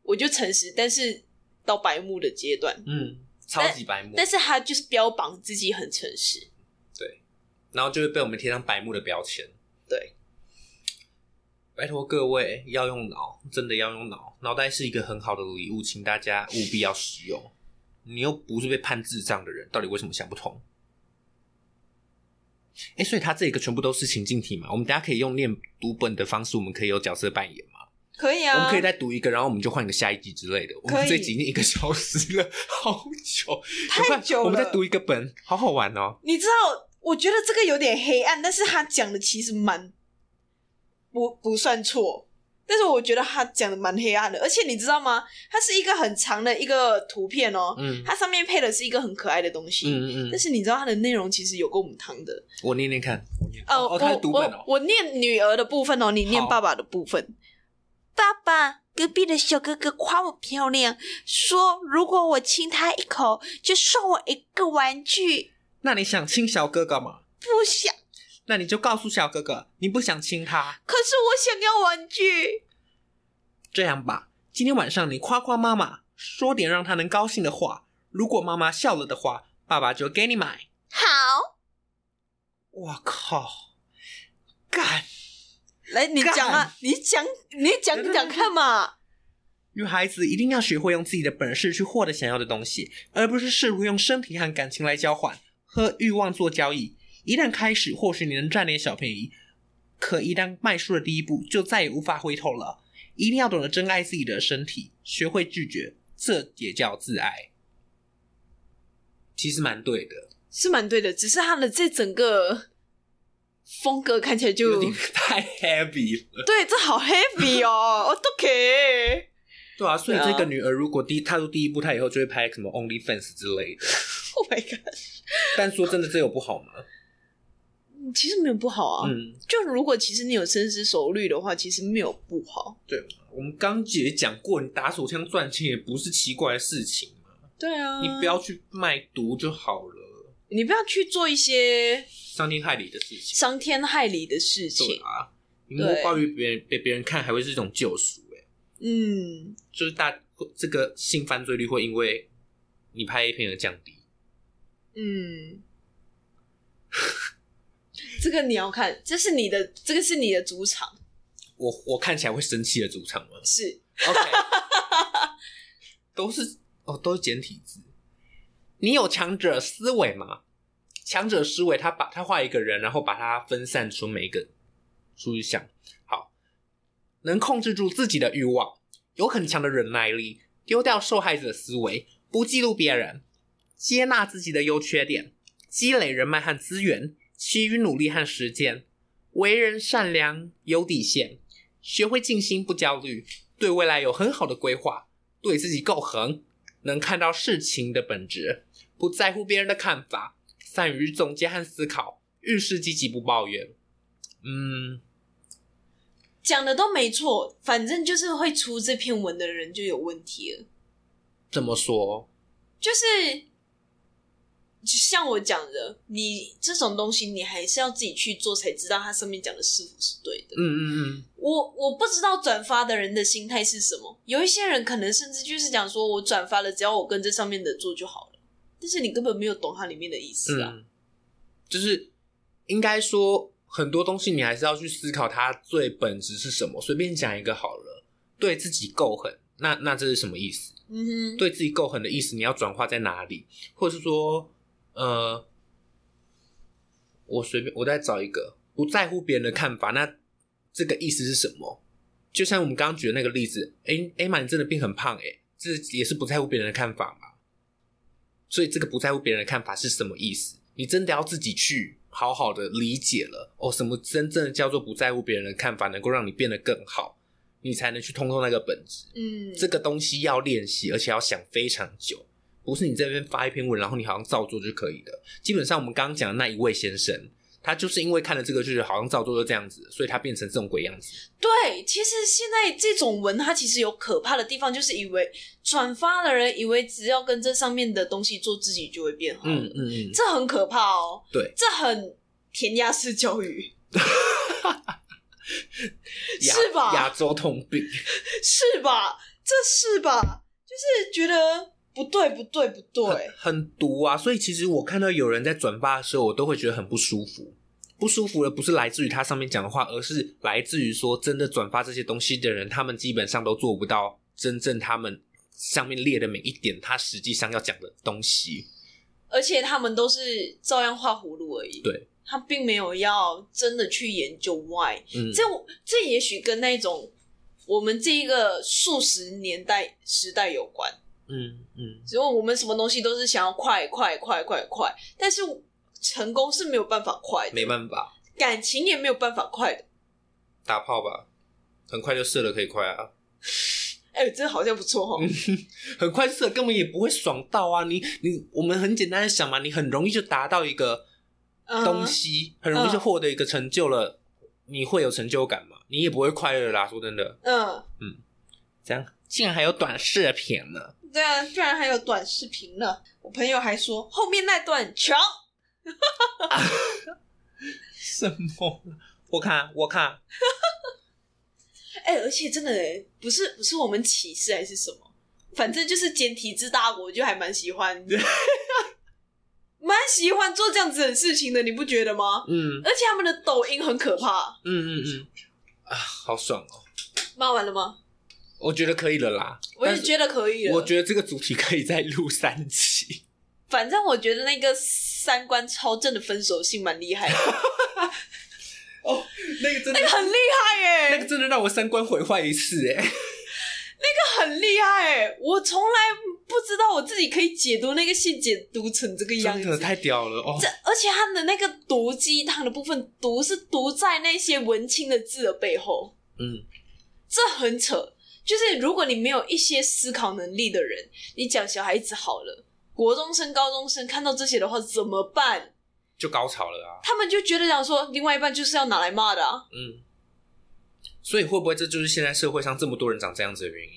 S2: 我就诚实，但是到白目的阶段，
S1: 嗯，超级白目，
S2: 但是他就是标榜自己很诚实。
S1: 然后就会被我们贴上白目的标签。
S2: 对，
S1: 拜托各位要用脑，真的要用脑，脑袋是一个很好的礼物，请大家务必要使用。你又不是被判智障的人，到底为什么想不通？哎、所以他这个全部都是情境题嘛？我们大家可以用念读本的方式，我们可以有角色扮演嘛？
S2: 可以啊
S1: 我们可以再读一个，然后我们就换一个下一集之类的。我
S2: 可
S1: 们
S2: 以
S1: 这集已经一个小时了， 好久，
S2: 太久了
S1: 我们再读一个本，好好玩哦。
S2: 你知道，我觉得这个有点黑暗，但是他讲的其实蛮不不算错，但是我觉得他讲的蛮黑暗的。而且你知道吗？它是一个很长的一个图片哦，
S1: 嗯
S2: 它上面配的是一个很可爱的东西。
S1: 嗯嗯
S2: 但
S1: 嗯，
S2: 是你知道它的内容其实有够母汤的，
S1: 我念念看。我念
S2: 呃，
S1: 哦，哦他是读本哦
S2: 我。我我念女儿的部分哦，你念
S1: 好
S2: 爸爸的部分。爸爸，隔壁的小哥哥夸我漂亮，说如果我亲他一口，就送我一个玩具。
S1: 那你想亲小哥哥吗？
S2: 不想，
S1: 那你就告诉小哥哥，你不想亲他。
S2: 可是我想要玩具。
S1: 这样吧，今天晚上你夸夸妈妈，说点让她能高兴的话。如果妈妈笑了的话，爸爸就给你买。
S2: 好，
S1: 我靠，干！
S2: 来你讲啊，你讲，你讲讲看嘛。
S1: 女孩子一定要学会用自己的本事去获得想要的东西，而不是试图用身体和感情来交换，和欲望做交易。一旦开始，或许你能占点小便宜，可一旦迈出了第一步，就再也无法回头了。一定要懂得珍爱自己的身体，学会拒绝，这也叫自爱。其实蛮对的，
S2: 是蛮对的，只是他的这整个风格看起来就
S1: 有点太 heavy 了。
S2: 对，这好 heavy 哦，我都可以。
S1: 对啊，所以
S2: 对啊
S1: 这个女儿如果第一踏入第一步，她以后就会拍什么 OnlyFans 之类的。
S2: Oh my god，
S1: 但说真的，这有不好吗？
S2: 其实没有不好啊。
S1: 嗯，
S2: 就如果其实你有深思熟虑的话，其实没有不好。
S1: 我们刚姐讲过，你打手枪赚钱也不是奇怪的事情嘛，
S2: 对啊，
S1: 你不要去卖毒就好了，
S2: 你不要去做一些
S1: 伤天害理的事情。
S2: 伤天害理的事
S1: 对
S2: 情。
S1: 啊，你摸鲍鱼别人被别人看，还会是一种救赎哎、
S2: 嗯，
S1: 就是大这个性犯罪率会因为你拍 A 片而降低。
S2: 嗯，这个你要看，这是你的，这个是你的主场，
S1: 我我看起来会生气的主场吗
S2: 是
S1: ？OK，都是哦，都是简体字。你有强者思维吗？强者思维，他把他画一个人，然后把它分散出每一个出项。好，能控制住自己的欲望，有很强的忍耐力，丢掉受害者思维，不记录别人，接纳自己的优缺点，积累人脉和资源，其余努力和实践，为人善良，有底线，学会静心不焦虑，对未来有很好的规划，对自己够狠，能看到事情的本质，不在乎别人的看法，善于总结和思考，遇事积极不抱怨。嗯，
S2: 讲的都没错，反正就是会出这篇文的人就有问题了，
S1: 怎么说？
S2: 就是就像我讲的，你这种东西你还是要自己去做才知道它上面讲的是否是对的。
S1: 嗯嗯
S2: 我我不知道转发的人的心态是什么，有一些人可能甚至就是讲说我转发了，只要我跟这上面的做就好了，但是你根本没有懂它里面的意思
S1: 嗯
S2: 啊。
S1: 嗯，就是应该说很多东西你还是要去思考它最本质是什么。随便讲一个好了，对自己够狠，那那这是什么意思？
S2: 嗯哼，
S1: 对自己够狠的意思，你要转化在哪里？或者是说，呃，我随便我再找一个不在乎别人的看法，那这个意思是什么？就像我们刚刚举的那个例子，哎、艾玛，你真的变很胖哎、这也是不在乎别人的看法嘛？所以这个不在乎别人的看法是什么意思？你真的要自己去好好的理解了哦，什么真正的叫做不在乎别人的看法，能够让你变得更好，你才能去通透那个本质。
S2: 嗯，
S1: 这个东西要练习，而且要想非常久，不是你这边发一篇文，然后你好像照做就可以的。基本上我们刚刚讲的那一位先生，他就是因为看了这个，就是好像照做就这样子，所以他变成这种鬼样子。
S2: 对，其实现在这种文，它其实有可怕的地方，就是以为转发的人以为只要跟这上面的东西做，自己就会变好，
S1: 嗯嗯嗯，
S2: 这很可怕哦。
S1: 对，
S2: 这很填鸭式教育，
S1: 亚
S2: 是吧
S1: 亚洲通病，
S2: 是吧？这是吧？就是觉得不对，不对，不对。
S1: 很毒啊。所以其实我看到有人在转发的时候，我都会觉得很不舒服。不舒服的不是来自于他上面讲的话，而是来自于说真的转发这些东西的人，他们基本上都做不到真正他们上面列的每一点，他实际上要讲的东西。
S2: 而且他们都是照样画葫芦而已，
S1: 对，
S2: 他并没有要真的去研究 why。
S1: 嗯，
S2: 这这也许跟那种我们这一个数十年代时代有关。
S1: 嗯嗯，
S2: 只有我们什么东西都是想要快快快快快，但是成功是没有办法快的，
S1: 没办法，
S2: 感情也没有办法快的。
S1: 打炮吧，很快就射了，可以快啊，
S2: 哎、这好像不错
S1: 嗯
S2: 哦。
S1: 很快射根本也不会爽到啊。你你我们很简单的想嘛，你很容易就达到一个
S2: 嗯
S1: 东西，很容易就获得一个成就了，你会有成就感吗？你也不会快乐啦。说真的，
S2: 嗯，
S1: 这样竟然还有短视频呢。
S2: 对啊，居然还有短视频呢。我朋友还说后面那段强，
S1: 什么？ 我看，我看，
S2: 哎、而且真的哎、不是不是我们歧视还是什么，反正就是简体字大国，就还蛮 喜欢，蛮喜欢做这样子的事情的，你不觉得吗？
S1: 嗯
S2: 而且他们的抖音很可怕，
S1: 嗯嗯嗯，啊，好爽哦！
S2: 骂完了吗？
S1: 我觉得可以了啦，
S2: 我也觉得可以
S1: 但是
S2: 了。
S1: 我觉得这个主题可以再录三期。
S2: 反正我觉得那个三观超正的分手性蛮厉 害的，
S1: 哦，那个真的，
S2: 很厉害耶、
S1: 那个真的让我三观毁坏一次哎、
S2: 很厉害耶、我从来不知道我自己可以解读那个信解读成这个样
S1: 真的
S2: 子。
S1: 太屌了哦
S2: 这！而且他的那个毒鸡汤的部分，毒是毒在那些文青的字的背后，
S1: 嗯，
S2: 这很扯。就是如果你没有一些思考能力的人，你讲小孩子好了，国中生、高中生看到这些的话怎么办？
S1: 就高潮了啊，
S2: 他们就觉得讲说，另外一半就是要拿来骂的啊。
S1: 嗯。所以会不会这就是现在社会上这么多人长这样子的原因？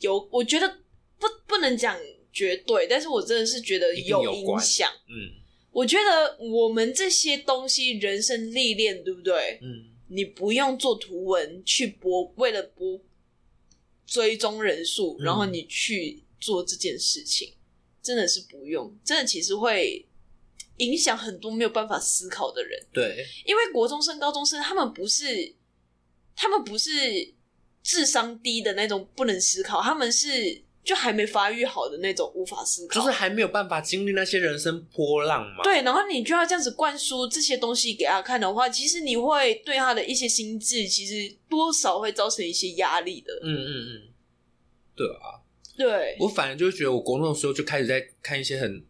S2: 有，我觉得不不能讲绝对，但是我真的是觉得
S1: 一定有
S2: 影
S1: 关
S2: 响。
S1: 嗯
S2: 我觉得我们这些东西，人生历练，对不对？
S1: 嗯
S2: 你不用做图文去博，为了博追踪人数，
S1: 嗯
S2: 然后你去做这件事情，真的是不用，真的其实会影响很多没有办法思考的人。
S1: 对，
S2: 因为国中生、高中生他们不是，他们不是智商低的那种不能思考，他们是就还没发育好的那种无法思考。
S1: 就是还没有办法经历那些人生波浪嘛。
S2: 对，然后你就要这样子灌输这些东西给他看的话，其实你会对他的一些心智，其实多少会造成一些压力的。
S1: 嗯嗯嗯，对啊。
S2: 对，
S1: 我反而就觉得，我国中的时候就开始在看一些很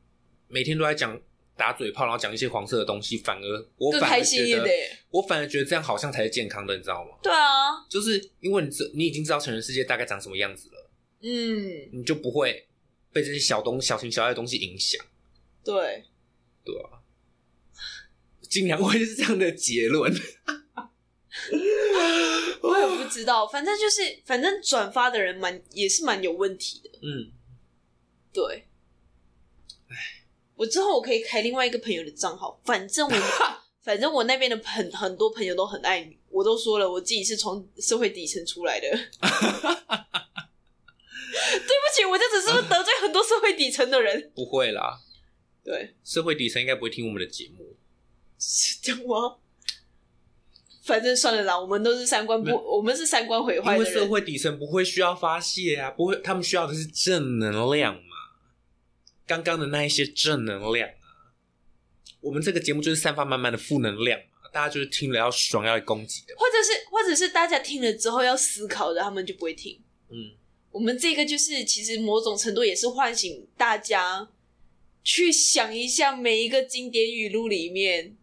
S1: 每天都在讲打嘴炮，然后讲一些黄色的东西，反而我
S2: 更
S1: 反而
S2: 开心一
S1: 觉
S2: 点
S1: 得，。我反而觉得这样好像才是健康的，你知道吗？
S2: 对啊，
S1: 就是因为你这你已经知道成人世界大概长什么样子了，
S2: 嗯，
S1: 你就不会被这些小东小情小爱的东西影响，
S2: 对，
S1: 对吧、竟然会是这样的结论，
S2: 我也不知道，反正就是，反正转发的人蛮也是蛮有问题的。
S1: 嗯，
S2: 对，我之后我可以开另外一个朋友的账号，反 正我反正我那边的很很多朋友都很爱你，我都说了我自己是从社会底层出 来的。对不起，我这只是不是得罪很多社会底层的人？
S1: 不会啦，
S2: 对，
S1: 社会底层应该不会听我们的节目，
S2: 是这样吗？反正算了啦，我们都是三观不，我们是三观毁坏
S1: 因为
S2: 的
S1: 社
S2: 人。
S1: 会底层不会需要发泄啊，不会，他们需要的是正能量嘛。刚刚的那一些正能量啊，我们这个节目就是散发满满的负能量嘛，大家就是听了要爽，要来攻击的。
S2: 或者是，或者是大家听了之后要思考的，他们就不会听。
S1: 嗯，
S2: 我们这个就是，其实某种程度也是唤醒大家去想一下，每一个经典语录里面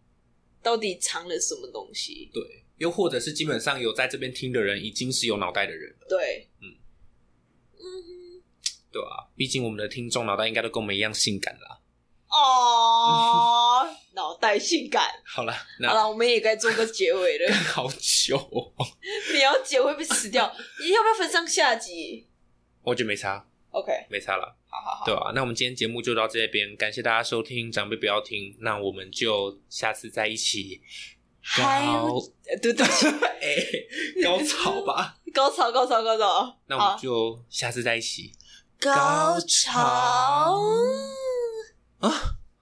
S2: 到底藏了什么东西。
S1: 对。又或者是基本上有在这边听的人，已经是有脑袋的人了，
S2: 对，
S1: 对啊，毕竟我们的听众脑袋应该都跟我们一样性感啦。
S2: 哦， 脑袋性感。
S1: 好了，
S2: 好
S1: 那
S2: 了，我们也该做个结尾了。
S1: 好久、哦，
S2: 你要结尾会被死掉，你要不要分上下集
S1: 我觉得没差。
S2: ？OK，
S1: 没差了，
S2: 好好好，
S1: 对啊，那我们今天节目就到这边，感谢大家收听，长辈不要听，那我们就下次再一起
S2: 嗨
S1: 高
S2: 呃对对对
S1: 哎、高潮 吧，
S2: 高潮高潮高潮，
S1: 那我们
S2: 好
S1: 就下次再一起
S2: 高
S1: 高潮
S2: 潮。
S1: 啊。